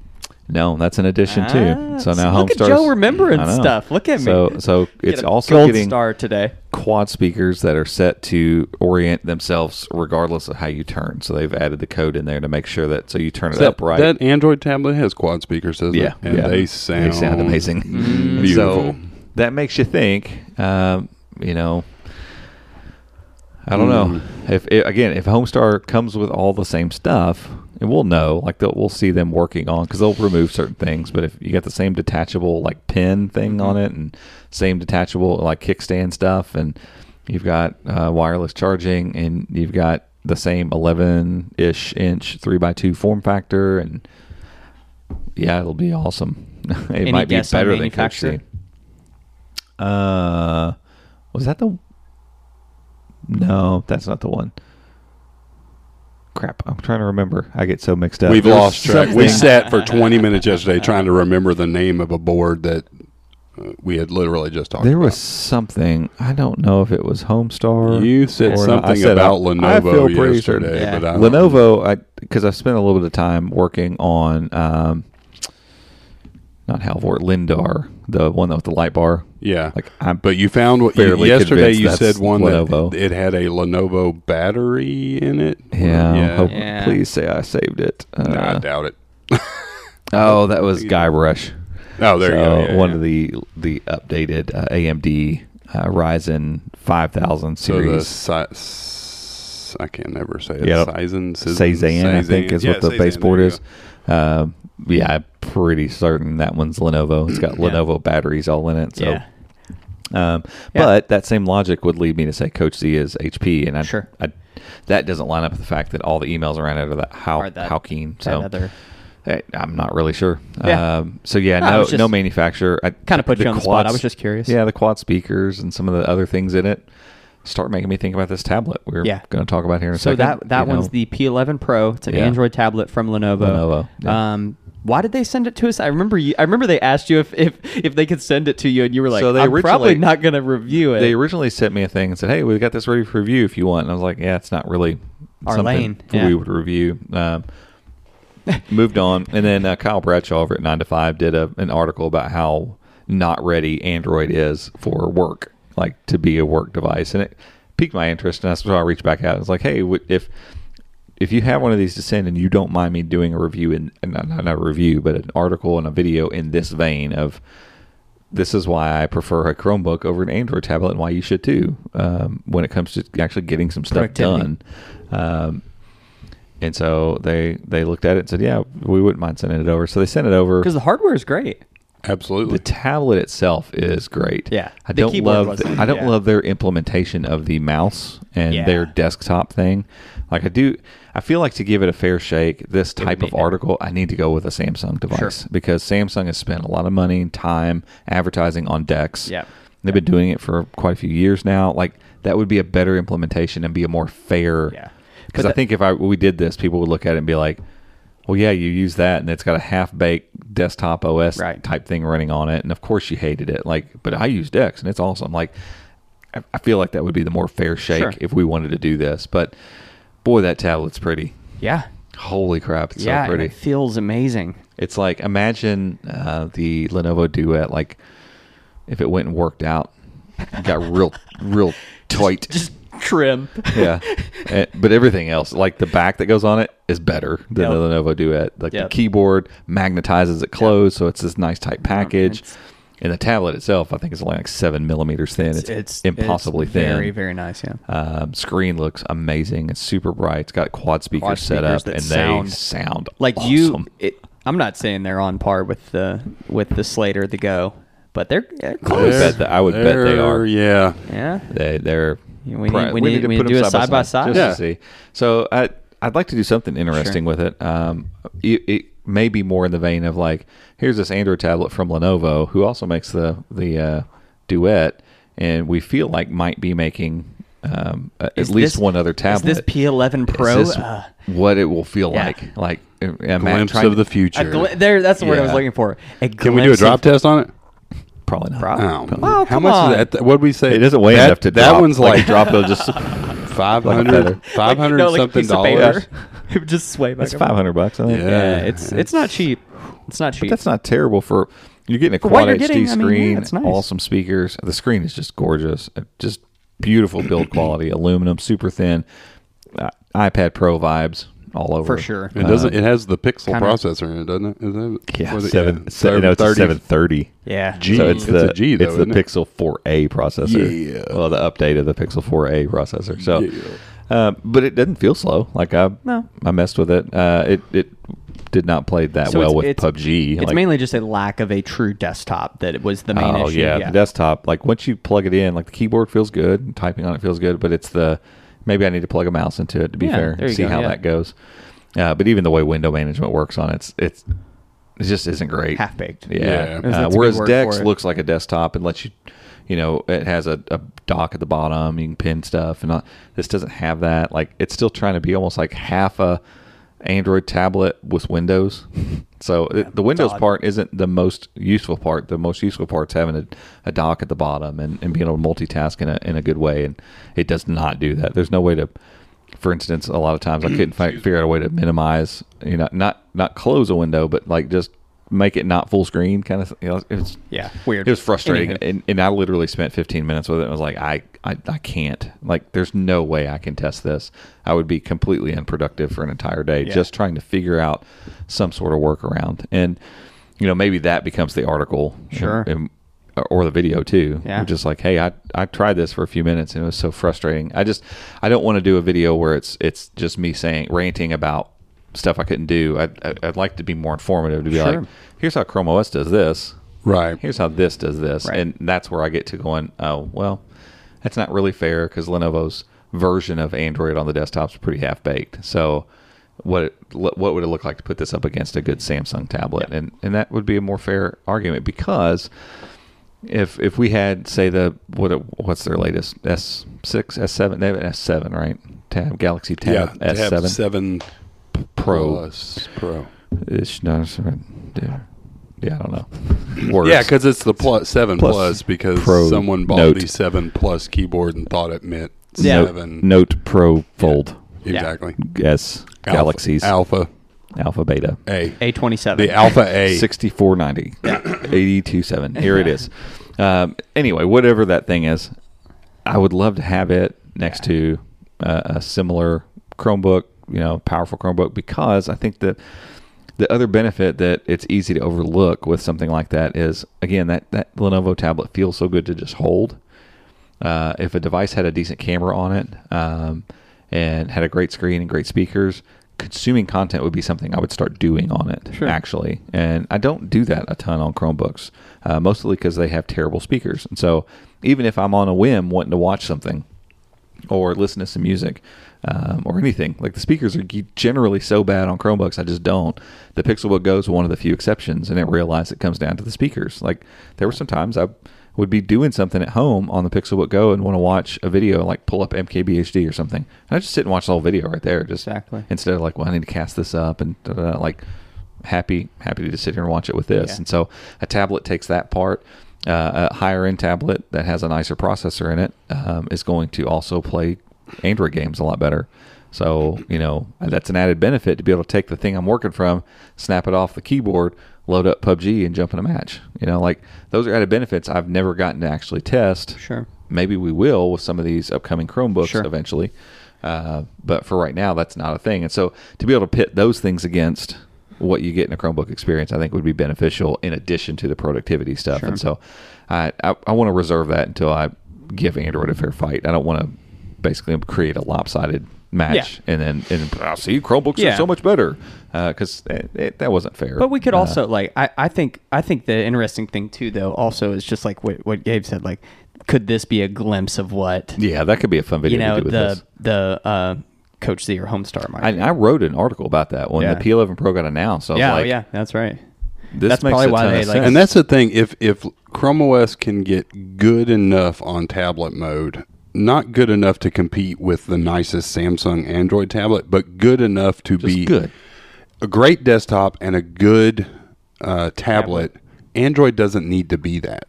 No, that's an addition
Ah,
too. So now
look at
Homestar's-
Joe remembering
I know.
stuff. Look at me.
So so
Get
it's
a
also
gold
getting
star today.
quad speakers that are set to orient themselves regardless of how you turn. So they've added the code in there to make sure that so you turn it
that,
up right.
that Android tablet has quad speakers, doesn't
yeah,
it? And
yeah.
they sound
amazing. Mm.
beautiful.
So that makes you think. Um, you know, I don't know
Mm.
if i again if Homestar comes with all the same stuff, and we'll know like they'll, we'll see them working on because they'll remove certain things. But if you got the same detachable like pin thing on it and same detachable like kickstand stuff, and you've got uh, wireless charging, and you've got the same 11 ish inch 3x2 form factor and yeah it'll be awesome it
Any
might be
guess on
better than Coach
manufacturer?
C. uh was that the no, that's not the one. Crap, I'm trying to remember. I get so mixed up.
We've
There was
lost track.
something-
We sat for 20 minutes yesterday trying to remember the name of a board that uh, we had literally just talked
There
about.
was something. I don't know if it was Homestar.
You said
or not. I
something
said
about
I- I
Lenovo
feel pretty certain.
yesterday,
Yeah.
but I don't-
Lenovo, because I, spent a little bit of time working on um, not Halvor Lindar, the one with the light bar.
Yeah,
Like I'm,
but you found what you,
Fairly
yesterday.
convinced
You
that's
said one
Lenovo.
that it had a Lenovo battery in it.
yeah, hope-
Yeah.
Please say I saved it. Uh,
Nah, I doubt it.
oh, that was Guybrush.
Oh, there
So,
you go. Yeah,
one
yeah.
of the the updated uh, AMD uh, Ryzen 5000
so the
series.
si- s- I can never say it.
Yep.
Sizen, Sizen,
Cezanne, I think, is
Yeah,
what the
Cezanne,
baseboard
there you
is. Um yeah, I'm pretty certain that one's Lenovo. It's got
Yeah.
Lenovo batteries all in it. So,
Yeah.
um,
Yeah.
but that same logic would lead me to say Coach Z is HP, and I,
Sure.
I that doesn't line up with the fact that all the emails around it are that how
Are that-
how keen.
that
So
other-
I, am Eh, not really sure.
Yeah.
Um, so yeah,
No, I
no
was just-
no manufacturer. I
Kinda put
the
you on the spot. I
quads-
was just curious.
Yeah, the quad speakers and some of the other things in it start making me think about this tablet we're
Yeah.
going to talk about here in a
So
second.
that that
you
one's
know.
the P11 Pro. It's an
Yeah.
Android tablet from Lenovo.
Lenovo, yeah.
Um, why did they send it to us? I remember you. I remember they asked you if if, if they could send it to you, and you were like,
So they
"I'm probably
originally-
not going to review it."
they originally sent me a thing and said, "Hey, we got this ready for review if you want." And I was like, "Yeah, it's not really
Our
something
lane, yeah.
we would review." Um, moved on, and then uh, Kyle Bradshaw over at Nine to Five did a, an article about how not ready Android is for work, like to be a work device, and it piqued my interest, and that's why I reached back out. I was like, "Hey, would- if." If you have one of these to send and you don't mind me doing a review in not, not a review but an article and a video in this vein of this is why I prefer a Chromebook over an Android tablet, and why you should too. Um, when it comes to actually getting some stuff
Productivity.
done, um, and so they they looked at it and said, "Yeah, we wouldn't mind sending it over." So they sent it over.
because the hardware is great.
Absolutely.
The tablet itself is great.
Yeah.
I
The
don't
keyboard
love.
wasn't,
I don't
yeah.
love their implementation of the mouse and
Yeah.
their desktop thing. Like I do, I feel like to give it a fair shake, this type of
need it.
article, I need to go with a Samsung device because Samsung has spent a lot of money and time advertising on Dex.
Yep.
They've been doing it for quite a few years now. Like that would be a better implementation and be a more fair.
Yeah.
Because
But
I
the-
think if I we did this, people would look at it and be like, "Well, yeah, you use that, and it's got a half baked desktop OS
Right.
type thing running on it, and of course you hated it. Like, but I use Dex, and it's awesome. Like, I, I feel like that would be the more fair shake
Sure.
if we wanted to do this. But boy, that tablet's pretty.
Yeah.
holy crap, it's
yeah,
so
and
pretty.
it feels amazing.
It's like imagine uh, the Lenovo Duet, like if it went and worked out, got real, real tight.
Just trim.
yeah, And- but everything else, like the back that goes on it, is better than the
Yep.
Lenovo Duet. Like
Yep.
the keyboard magnetizes it closed, so it's this nice tight package.
it's-
and the tablet itself, I think, is only like seven millimeters thin. It's, impossibly thin.
Very, very nice. Yeah.
Um, screen looks amazing. It's super bright. It's got quad speakers
Quad
set
speakers
up,
that
and
sound-
they sound
like you
awesome.
it, i'm not saying they're on par with the with the slater the go but they're uh, close
bet that- I would bet they
They're-
are.
Yeah.
yeah
They, they're
Yeah, we need- we need- we need to do
them
a side by
just
side.
to see. So I I'd like to do something interesting with it. Um, it, it may be more in the vein of like here's this Android tablet from Lenovo who also makes the the uh, Duet, and we feel like might be making um, a- at
Is
least
this-
one other tablet.
is this p11
Is
pro
this
uh,
what it will feel
yeah.
like? Like uh, imagine
Glimpse
trying
of the
to-
a
future.
gl- there that's the word i was
Yeah.
looking for a
Can we do a drop test on it?
probably not.
Probably.
Oh,
Oh,
how
come
much
on.
is that? What we say?
It doesn't weigh
that,
enough to
that
drop.
one's
Like,
like
drop they'll just
500, 500 something dollars.
it would just sway back
That's
and
five hundred bucks. I think.
Yeah.
forth. yeah it's, it's not cheap it's not cheap
That's not terrible for you're getting a
what
quad
you're
HD
getting, I mean,
screen,
yeah, it's nice.
awesome speakers. The screen is just gorgeous, Uh, just beautiful build quality, aluminum, super thin, uh, iPad Pro vibes all over Uh,
For sure.
It doesn't. It has the pixel processor in it, doesn't it? Is that,
Yeah,
was it-
seven,
yeah,
seven, no, it's a
30.
730.
yeah
G.
So it's,
It's
the
a G though,
it's the
isn't it?
Pixel 4a processor.
Yeah.
Well, the update of the Pixel 4a processor. So,
Yeah.
uh, but it doesn't feel slow. Like I
No.
I messed with it. Uh, it it did not play that
So
well
it's-
with
it's-
PUBG.
it's
like,
mainly just a lack of a true desktop that it was the main
oh
issue
yeah, the desktop. Like once you plug it in, like the keyboard feels good, and typing on it feels good, but it's the maybe I need to plug a mouse into it to be
Yeah,
fair,
there you
see
go,
how
yeah.
that goes. Uh, but even the way window management works on it's it's it just isn't great.
Half-baked.
Yeah.
Yeah.
That's a
Uh,
good
whereas
word
Dex
for it.
looks like a desktop and lets you, you know, it has a, a dock at the bottom. You can pin stuff, and all, this doesn't have that. Like it's still trying to be almost like half a Android tablet with Windows. So it, the Windows
odd.
part isn't the most useful part. The most useful part's having a, a dock at the bottom and, and being able to multitask in a in a good way. And it does not do that. There's no way to. For instance, a lot of times I couldn't fi- figure out a way to minimize, you know, not not close a window, but like just make it not full screen kind of. Thing. You know, it was
Yeah, weird.
It was frustrating,
Anywho.
and, and I literally spent 15 minutes with it. and I was like, I, I I can't. Like, there's no way I can test this. I would be completely unproductive for an entire day
Yeah.
just trying to figure out some sort of workaround. And you know, maybe that becomes the article,
Sure.
and, or the video too.
Yeah.
We're Just like, hey, I I tried this for a few minutes and it was so frustrating. I just I don't want to do a video where it's it's just me saying ranting about stuff I couldn't do. I I'd, I'd like to be more informative to be
Sure.
like, here's how Chrome OS does this.
Right.
Here's how this does this,
Right.
and that's where I get to going. Oh well, that's not really fair because Lenovo's version of Android on the desktop's pretty half baked. So. What it, what would it look like to put this up against a good Samsung tablet, and and that would be a more fair argument because if if we had say the what what's their latest S six S seven they have an S seven right Tab Galaxy Tab
yeah.
S
Tab
seven
seven
Pro.
plus Pro.
Ish, no, it's right there. yeah I don't know Words.
Yeah, because it's the plus seven
Plus
plus, because
Pro
someone bought
Note.
the seven plus keyboard and thought it meant
Yeah.
seven.
Note Pro Fold
Exactly.
S
Alpha-
Galaxies Alpha,
Alpha
Beta
A.
a27
The Alpha A.
sixty four ninety eighty two seven here it is um, anyway whatever that thing is I would love to have it next to uh, a similar Chromebook, you know, powerful Chromebook, because I think that the other benefit that it's easy to overlook with something like that is, again, that, that Lenovo tablet feels so good to just hold. Uh, if a device had a decent camera on it um, and had a great screen and great speakers, consuming content would be something I would start doing on it,
Sure.
actually. And I don't do that a ton on Chromebooks, uh, mostly because they have terrible speakers. And so even if I'm on a whim wanting to watch something, or listen to some music um, or anything. Like the speakers are ge- generally so bad on Chromebooks, I just don't. The Pixelbook Go is one of the few exceptions, and I realized it comes down to the speakers. Like there were some times I would be doing something at home on the Pixelbook Go and want to watch a video, like pull up MKBHD or something, and I just sit and watch the whole video right there, just
Exactly.
instead of like, well, I need to cast this up and da, da, da, like happy happy to just sit here and watch it with this.
Yeah.
And so a tablet takes that part. Uh, a higher end tablet that has a nicer processor in it um, is going to also play Android games a lot better. So you know that's an added benefit to be able to take the thing I'm working from, snap it off the keyboard, load up PUBG, and jump in a match. You know, like those are added benefits I've never gotten to actually test.
Sure.
Maybe we will with some of these upcoming Chromebooks
Sure.
eventually, uh, but for right now, that's not a thing. And so to be able to pit those things against what you get in a Chromebook experience, I think would be beneficial in addition to the productivity stuff. And so I I, I want to reserve that until I give Android a fair fight. I don't want to basically create a lopsided match
Yeah.
and then and then, "Ah, see Chromebooks
Yeah.
are so much better because it, it, that wasn't fair.
But we could
Uh,
also like I, I think I think the interesting thing too though also is just like what, what Gabe said like could this be a glimpse of what
yeah, that could be a fun video
you know
to do with this.
the the uh, Coach Z or Homestar might
I, I wrote an article about that when
Yeah.
the P11 Pro got announced. I was
yeah oh,
like,
yeah that's right
this
That's
makes
probably
a
why
ton
they,
of
like-
sense.
And that's the thing. If if Chrome OS can get good enough on tablet mode, not good enough to compete with the nicest Samsung Android tablet, but good enough to
Just
be
good.
a great desktop and a good uh, tablet. Android doesn't need to be that.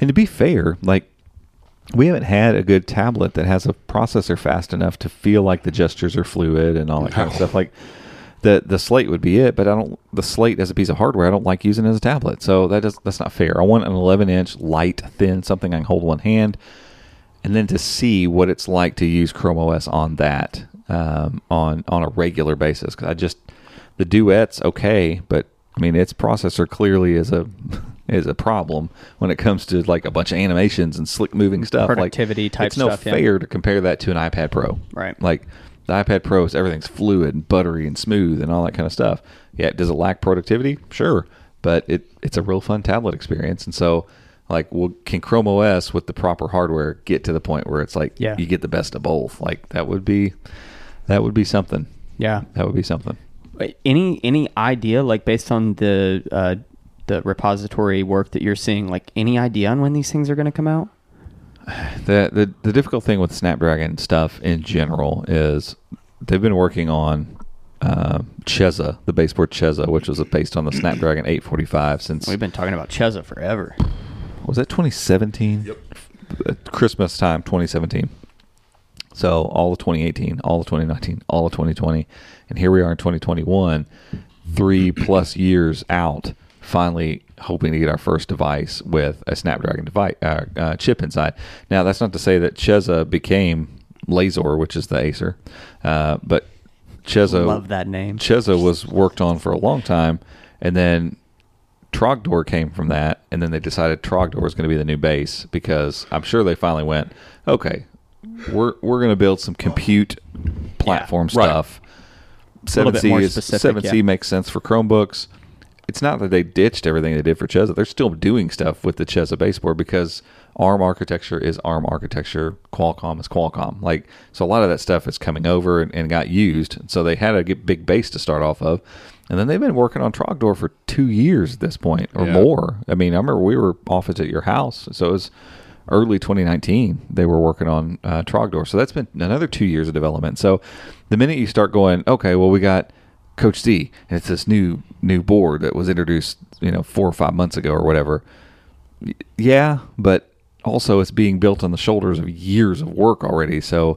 And to be fair, like we haven't had a good tablet that has a processor fast enough to feel like the gestures are fluid and all that kind of stuff. Like the the slate would be it, but I don't the slate as a piece of hardware I don't like using as a tablet. So that does that's not fair. I want an eleven inch light, thin, something I can hold in one hand. And then to see what it's like to use Chrome OS on that um, on on a regular basis, 'Cause I just the duet's okay, but I mean its processor clearly is a is a problem when it comes to like a bunch of animations and slick moving stuff. Like,
Productivity type
it's no
stuff, yeah.
fair to compare that to an iPad Pro,
Right.
Like the iPad Pro is everything's fluid and buttery and smooth and all that kind of stuff. Yeah, does it lack productivity? Sure, but it it's a real fun tablet experience, and so. Like, well, can Chrome OS with the proper hardware get to the point where it's like
Yeah.
you get the best of both? Like that would be, that would be something.
yeah
That would be something.
any any idea like based on the uh, the repository work that you're seeing like any idea on when these things are going to come out
the, the the difficult thing with Snapdragon stuff in general is they've been working on uh, Cheza, the baseboard Cheza, which was based on the Snapdragon 845 since
we've been talking about Cheza forever
was that 2017? Yep. Christmas time 2017. So all of 2018, all of 2019, all of 2020, and here we are in 2021, three plus years out. Finally, hoping to get our first device with a Snapdragon device uh, uh, chip inside. Now, that's not to say that Cheza became Lazor, which is the Acer, uh, but Cheza
love that name
Cheza was worked on for a long time, and then Trogdor came from that, and then they decided Trogdor was going to be the new base because I'm sure they finally went, okay, we're we're going to build some compute platform
right.
stuff.
little
Seven
bit
C
more
is
specific,
seven C
yeah.
makes sense for Chromebooks. It's not that they ditched everything they did for Cheza; they're still doing stuff with the Cheza baseboard because ARM architecture is ARM architecture, Qualcomm is Qualcomm. Like so, a lot of that stuff is coming over and, and got used. And so they had a get big base to start off of, and then they've been working on Trogdor for two years at this point or
Yeah.
more. I mean, I remember we were office at your house, so it was early 2019 they were working on uh, Trogdor. So that's been another two years of development. So the minute you start going, okay, well we got Coach Z, and it's this new new board that was introduced, you know, four or five months ago or whatever. Y- Yeah, but also it's being built on the shoulders of years of work already. So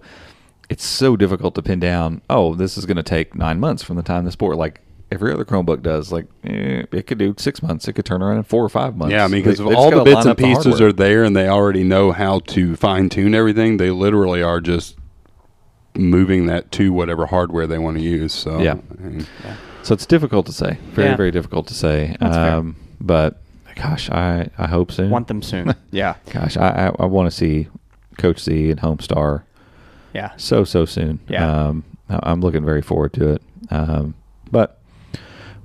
it's so difficult to pin down. Oh, this is going to take nine months from the time this board like. Every other Chromebook does like eh, it could do six months. It could turn around in four or five months.
Yeah, I mean, because
They-
if
they just
all the
gotta
bits
line
and
up the
pieces
hardware.
are there and they already know how to fine tune everything, they literally are just moving that to whatever hardware they want to use. So,
Yeah.
I mean,
So it's difficult to say. Very,
Yeah.
very difficult to say.
That's fair.
um, But gosh, I, I hope soon.
want them soon yeah
Gosh, I, I, I want to see Coach Z and Homestar
yeah
so, so soon.
Yeah.
Um, I- I'm looking very forward to it. Um, but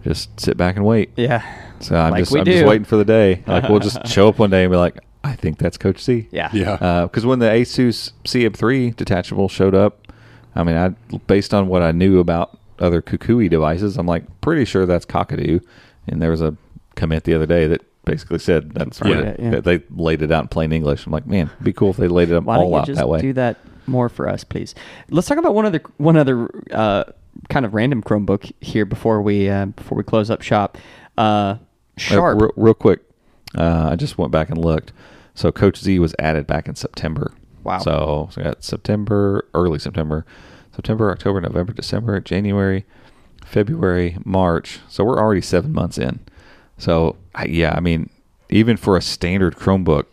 just sit back and wait.
yeah
So I'm,
Like
just,
we
I'm just
do.
waiting for the day. Like we'll just show up one day and be like, I think that's Coach Z.
yeah
yeah.
Because when the Asus CM3 detachable showed up, I mean, I based on what I knew about other Kukui devices, I'm like pretty sure that's Cockatoo. And there was a comment the other day that basically said that's
Yeah.
what it-
Yeah, yeah.
they laid it out in plain English. I'm like, man, it'd be cool if they laid it up
Why
all
don't you
out
just
that way.
do that more for us, please? Let's talk about one other one other uh, kind of random Chromebook here before we uh, before we close up shop. Uh,
Uh,
Sharp.
real, real quick, uh, I just went back and looked. So Coach Z was added back in September.
Wow.
So, so we got September, early September. So September, October, November, December, January, February, March. So we're already seven months in. So I, yeah, I mean, even for a standard Chromebook,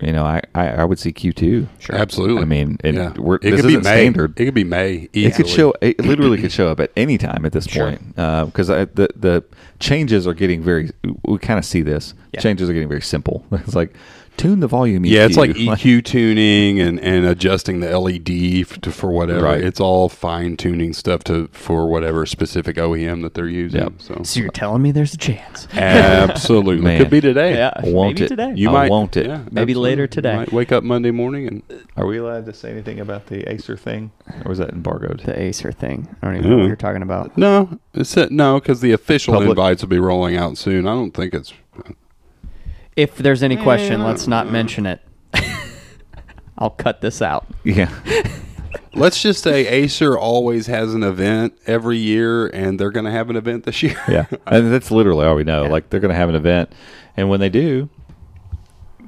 you know, I, I, I would see Q2.
Sure.
Absolutely.
I mean, it-
yeah.
we're-
it
this
could be May.
isn't standard.
It could be May. Easily.
It could show. It literally could show up at any time at this
Sure.
point because the the changes are getting very. We kind of see this.
Yeah.
Changes are getting very simple. It's like tune the volume. E
Yeah, it's like E
EQ.
EQ tuning and, and adjusting the LED f- to, for whatever.
Right.
It's all fine tuning stuff to for whatever specific OEM that they're using.
Yep.
So
So you're telling me there's a chance.
absolutely
Man.
could be today.
Yeah.
want
Maybe
it.
today.
You
You
I might want it.
yeah,
Maybe later today.
Might wake up Monday morning and
Are we allowed to say anything about the Acer thing, or is that embargoed?
The Acer thing. I don't even know what
Yeah.
you're talking about.
no, it's it, no because the official
Public-
invites will be rolling out soon. I don't think it's
If there's any question,
Yeah.
let's not mention it. I'll cut this out.
Yeah,
Let's just say Acer always has an event every year, and they're going to have an event this year.
yeah. and that's literally all we know. Like they're going to have an event, and when they do,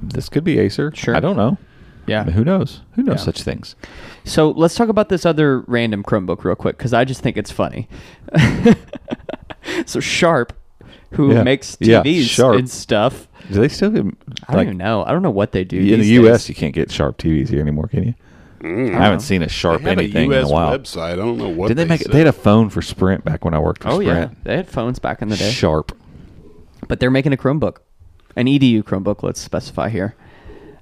this could be Acer.
Sure.
I don't know.
Yeah.
Who knows? Who knows
Yeah.
such things?
So let's talk about this other random Chromebook real quick because I just think it's funny. so Sharp, who
Yeah.
makes
Yeah,
TVs
Sharp.
and stuff,
Do they still get? Like,
I don't even know. I don't know what they do
in the
these
U.S.,
days.
you can't get sharp TVs here anymore, can you? I haven't seen a
mm. They
sharp
had
anything
a US
in a while.
website. I don't know what
Did they make?
said.
They had a phone for Sprint back when I worked for
Oh yeah,
Sprint.
they had phones back in the day.
Sharp.
But they're making a Chromebook, an EDU Chromebook. Let's specify here.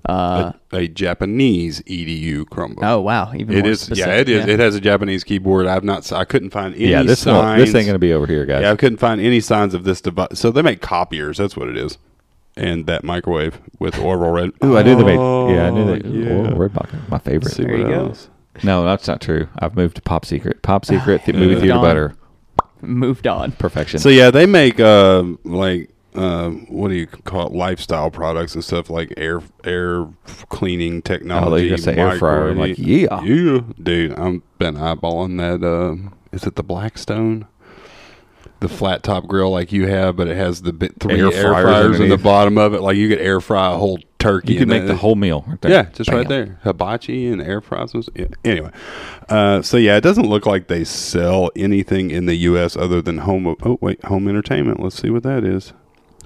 Uh,
a, a Japanese edu Chromebook.
oh wow, even
it
more
is.
Specific.
Yeah, it is. It has a Japanese keyboard. I've not. s- I couldn't find any.
yeah, this won't-
signs.
this ain't gonna be over here, guys.
Yeah, I couldn't find any signs of this device. So they make copiers. That's what it is. And that microwave with Oh, Orbital Red.
Ooh, I knew they made. Yeah, I knew they.
yeah.
Oh, Redbox, my favorite.
See
There
what
you go.
else?
No, that's not true. I've moved to Pop Secret. Pop Secret, the movie
Moved
theater
on.
butter,
moved on.
perfection.
So yeah, they make uh, like uh, what do you call it? Lifestyle products and stuff like air air cleaning
I thought you
technology.
were gonna Oh, say air fryer. I'm like,
microwave.
yeah.
yeah, dude. I'm been eyeballing that. Uh, is it the Blackstone? The flat top grill like you have, but it has the bit, three
Air
air,
fryers
fryers, in the
underneath.
bottom of it. Like you could air fry a whole turkey.
you could
in
make
that.
the whole meal. Right there.
Yeah, just
Bam.
right there. Hibachi and air fries. was- yeah. Anyway, uh, so yeah, it doesn't look like they sell anything in the U.S. other than home. Oh wait, home entertainment. Let's see what that is.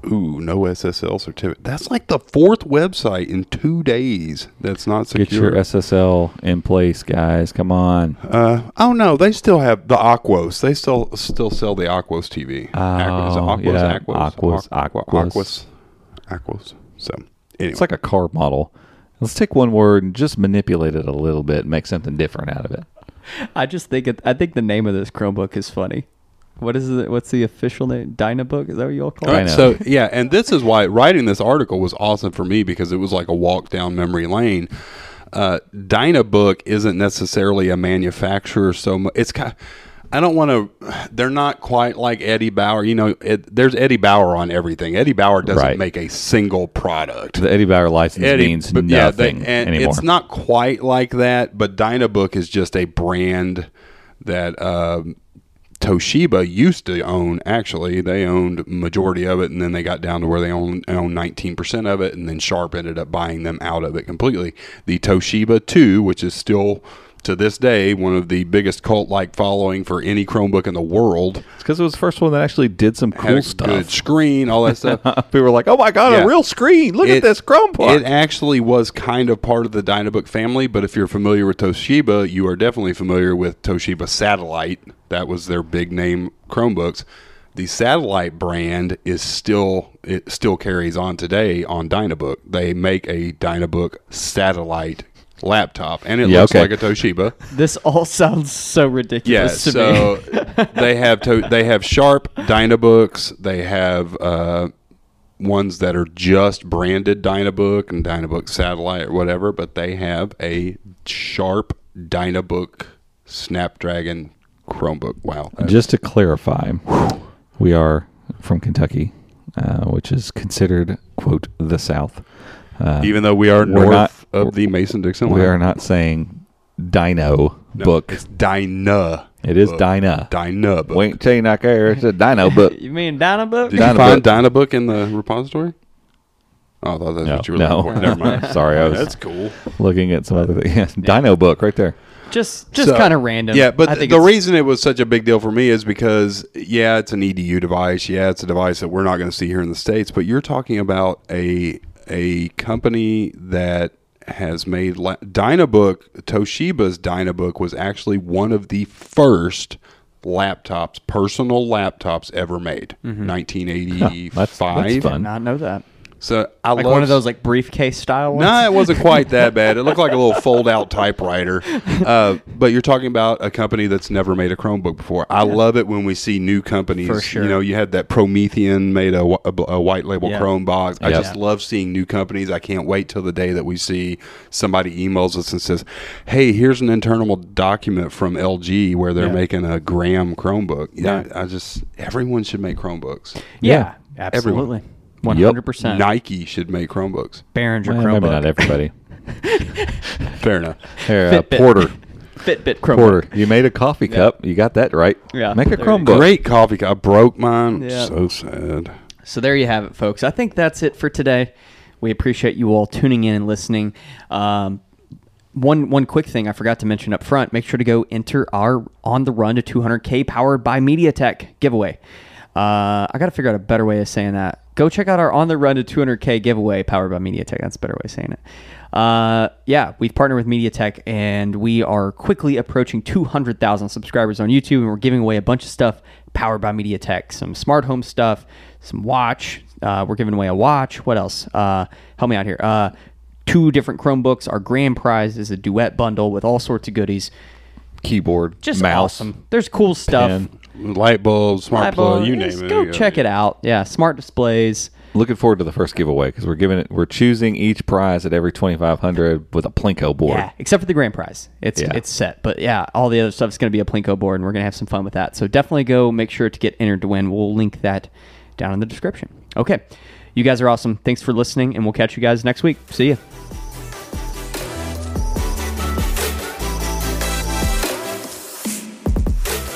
Ooh, no SSL certificate. That's like the fourth website in two days that's not
Get
secure.
your SSL in place, guys. Come on.
uh, oh no, they still have the Aquos. They still still sell the Aquos TV. Aqu- is it
Oh,
Aquos,
yeah.
Aquos,
Aquos,
Aqu-
Aquos.
Aquos, Aquos. So anyway,
It's like a car model. Let's take one word and just manipulate it a little bit, and make something different out of it.
I just think it, I think the name of this Chromebook is funny. What is it? What's the official name? Dynabook? Is that what you all call
All
it?
I
right,
know.
so yeah, and this is why writing this article was awesome for me because it was like a walk down memory lane. Uh, Dynabook isn't necessarily a manufacturer, so mu- it's kind. I don't want to. They're not quite like Eddie Bauer. You know, it, there's Eddie Bauer on everything. Eddie Bauer doesn't
Right.
make a single product.
The Eddie Bauer license
Eddie-
means
but yeah, they-
nothing
and
anymore.
It's not quite like that, but Dynabook is just a brand that um, Toshiba used to own. Actually, they owned majority of it, and then they got down to where they own own nineteen percent of it, and then Sharp ended up buying them out of it completely. The Toshiba Two, which is still to this day one of the biggest cult like following for any Chromebook in the world,
It's because it was the first one that actually did some
had
cool
a good
stuff.
screen, all that stuff.
People were like, "Oh my god,
Yeah.
a real screen! Look at
It-
this Chromebook!"
It actually was kind of part of the Dynabook family, but if you're familiar with Toshiba, you are definitely familiar with Toshiba Satellite. That was their big name Chromebooks. The Satellite brand is still it still carries on today on Dynabook. They make a Dynabook Satellite laptop, and it
Yeah,
looks
okay.
like a Toshiba.
This all sounds so ridiculous
Yeah,
to me.
so they have to, they have sharp Dynabooks. They have uh, ones that are just branded Dynabook and Dynabook Satellite or whatever, but they have a sharp Dynabook Snapdragon Chromebook. Wow,
Just to clarify, we are from Kentucky, uh, which is considered "quote the South." Uh,
even though we are
We're
north
not-
of the Mason Dixon
we
line,
are not saying "dino
No,
book."
It's Dyna.
It is
book.
"dina."
Dyna. Book.
Wait, till you not care. It's a "dino book."
you mean Dynabook?
Did you
Dynabook.
find Dynabook in the repository? Oh, I thought that's
No,
what you were
no.
looking for. Never mind.
Sorry, I was
That's cool.
Uh, looking at some other thing. Yeah, Dino book right there.
Just just
So-
kind of random.
Yeah, but
I think
the
it's-
reason it was such a big deal for me is because yeah, it's an EDU device. Yeah, it's a device that we're not going to see here in the states. But you're talking about a a company that has made la- DynaBook. Toshiba's DynaBook was actually one of the first laptops, personal laptops ever made.
Mm-hmm.
1985.
that's fun.
did not know that.
So I
Like
love
one of those like briefcase style ones.
no, it wasn't quite that bad. It looked like a little fold out typewriter. Uh, but you're talking about a company that's never made a Chromebook before. I love it when we see new companies.
For sure.
You know, you had that Promethean made a, wh- a bl- a white label
Yeah.
Chrome box. I
Yeah.
just love seeing new companies. I can't wait till the day that we see somebody emails us and says, hey, here's an internal document from LG where they're
Yeah.
making a Graham Chromebook. Yeah,
Right.
I just, everyone should make Chromebooks.
Yeah,
Yeah.
absolutely. One
Yep.
hundred percent.
Nike should make Chromebooks.
Behringer
Well,
Chromebook.
maybe not everybody.
Fair enough.
Here, uh,
Fitbit.
Porter.
Fitbit Chromebook.
Porter. You made a coffee cup. You got that right.
Yeah.
Make a
There you
Chromebook.
Great coffee. cup. I broke mine.
Yeah.
So sad.
So there you have it, folks. I think that's it for today. We appreciate you all tuning in and listening. Um, one one quick thing I forgot to mention up front: make sure to go enter our on the run to 200k powered by MediaTek giveaway. Uh, I got to figure out a better way of saying that. Go check out our on the run to 200k giveaway powered by MediaTek. That's a better way of saying it. Uh, yeah, we've partnered with MediaTek and we are quickly approaching 200,000 subscribers on YouTube, and we're giving away a bunch of stuff powered by MediaTek, some smart home stuff, some watch. Uh, we're giving away a watch. What else? Uh, help me out here. Uh, two different Chromebooks. Our grand prize is a duet bundle with all sorts of goodies.
Keyboard.
Just
mouse.
awesome. There's cool stuff.
pen.
Light bulb, smart
Eyeball-
plug, you
just
name it.
Go check it out. Yeah, smart displays.
Looking forward to the first giveaway because we're giving it. We're choosing each prize at every twenty five hundred with a plinko board.
Yeah, except for the grand prize. It's
Yeah.
it's set. But yeah, all the other stuff is going to be a Plinko board, and we're going to have some fun with that. So definitely go make sure to get entered to win. We'll link that down in the description. Okay. You guys are awesome. Thanks for listening, and we'll catch you guys next week. See ya.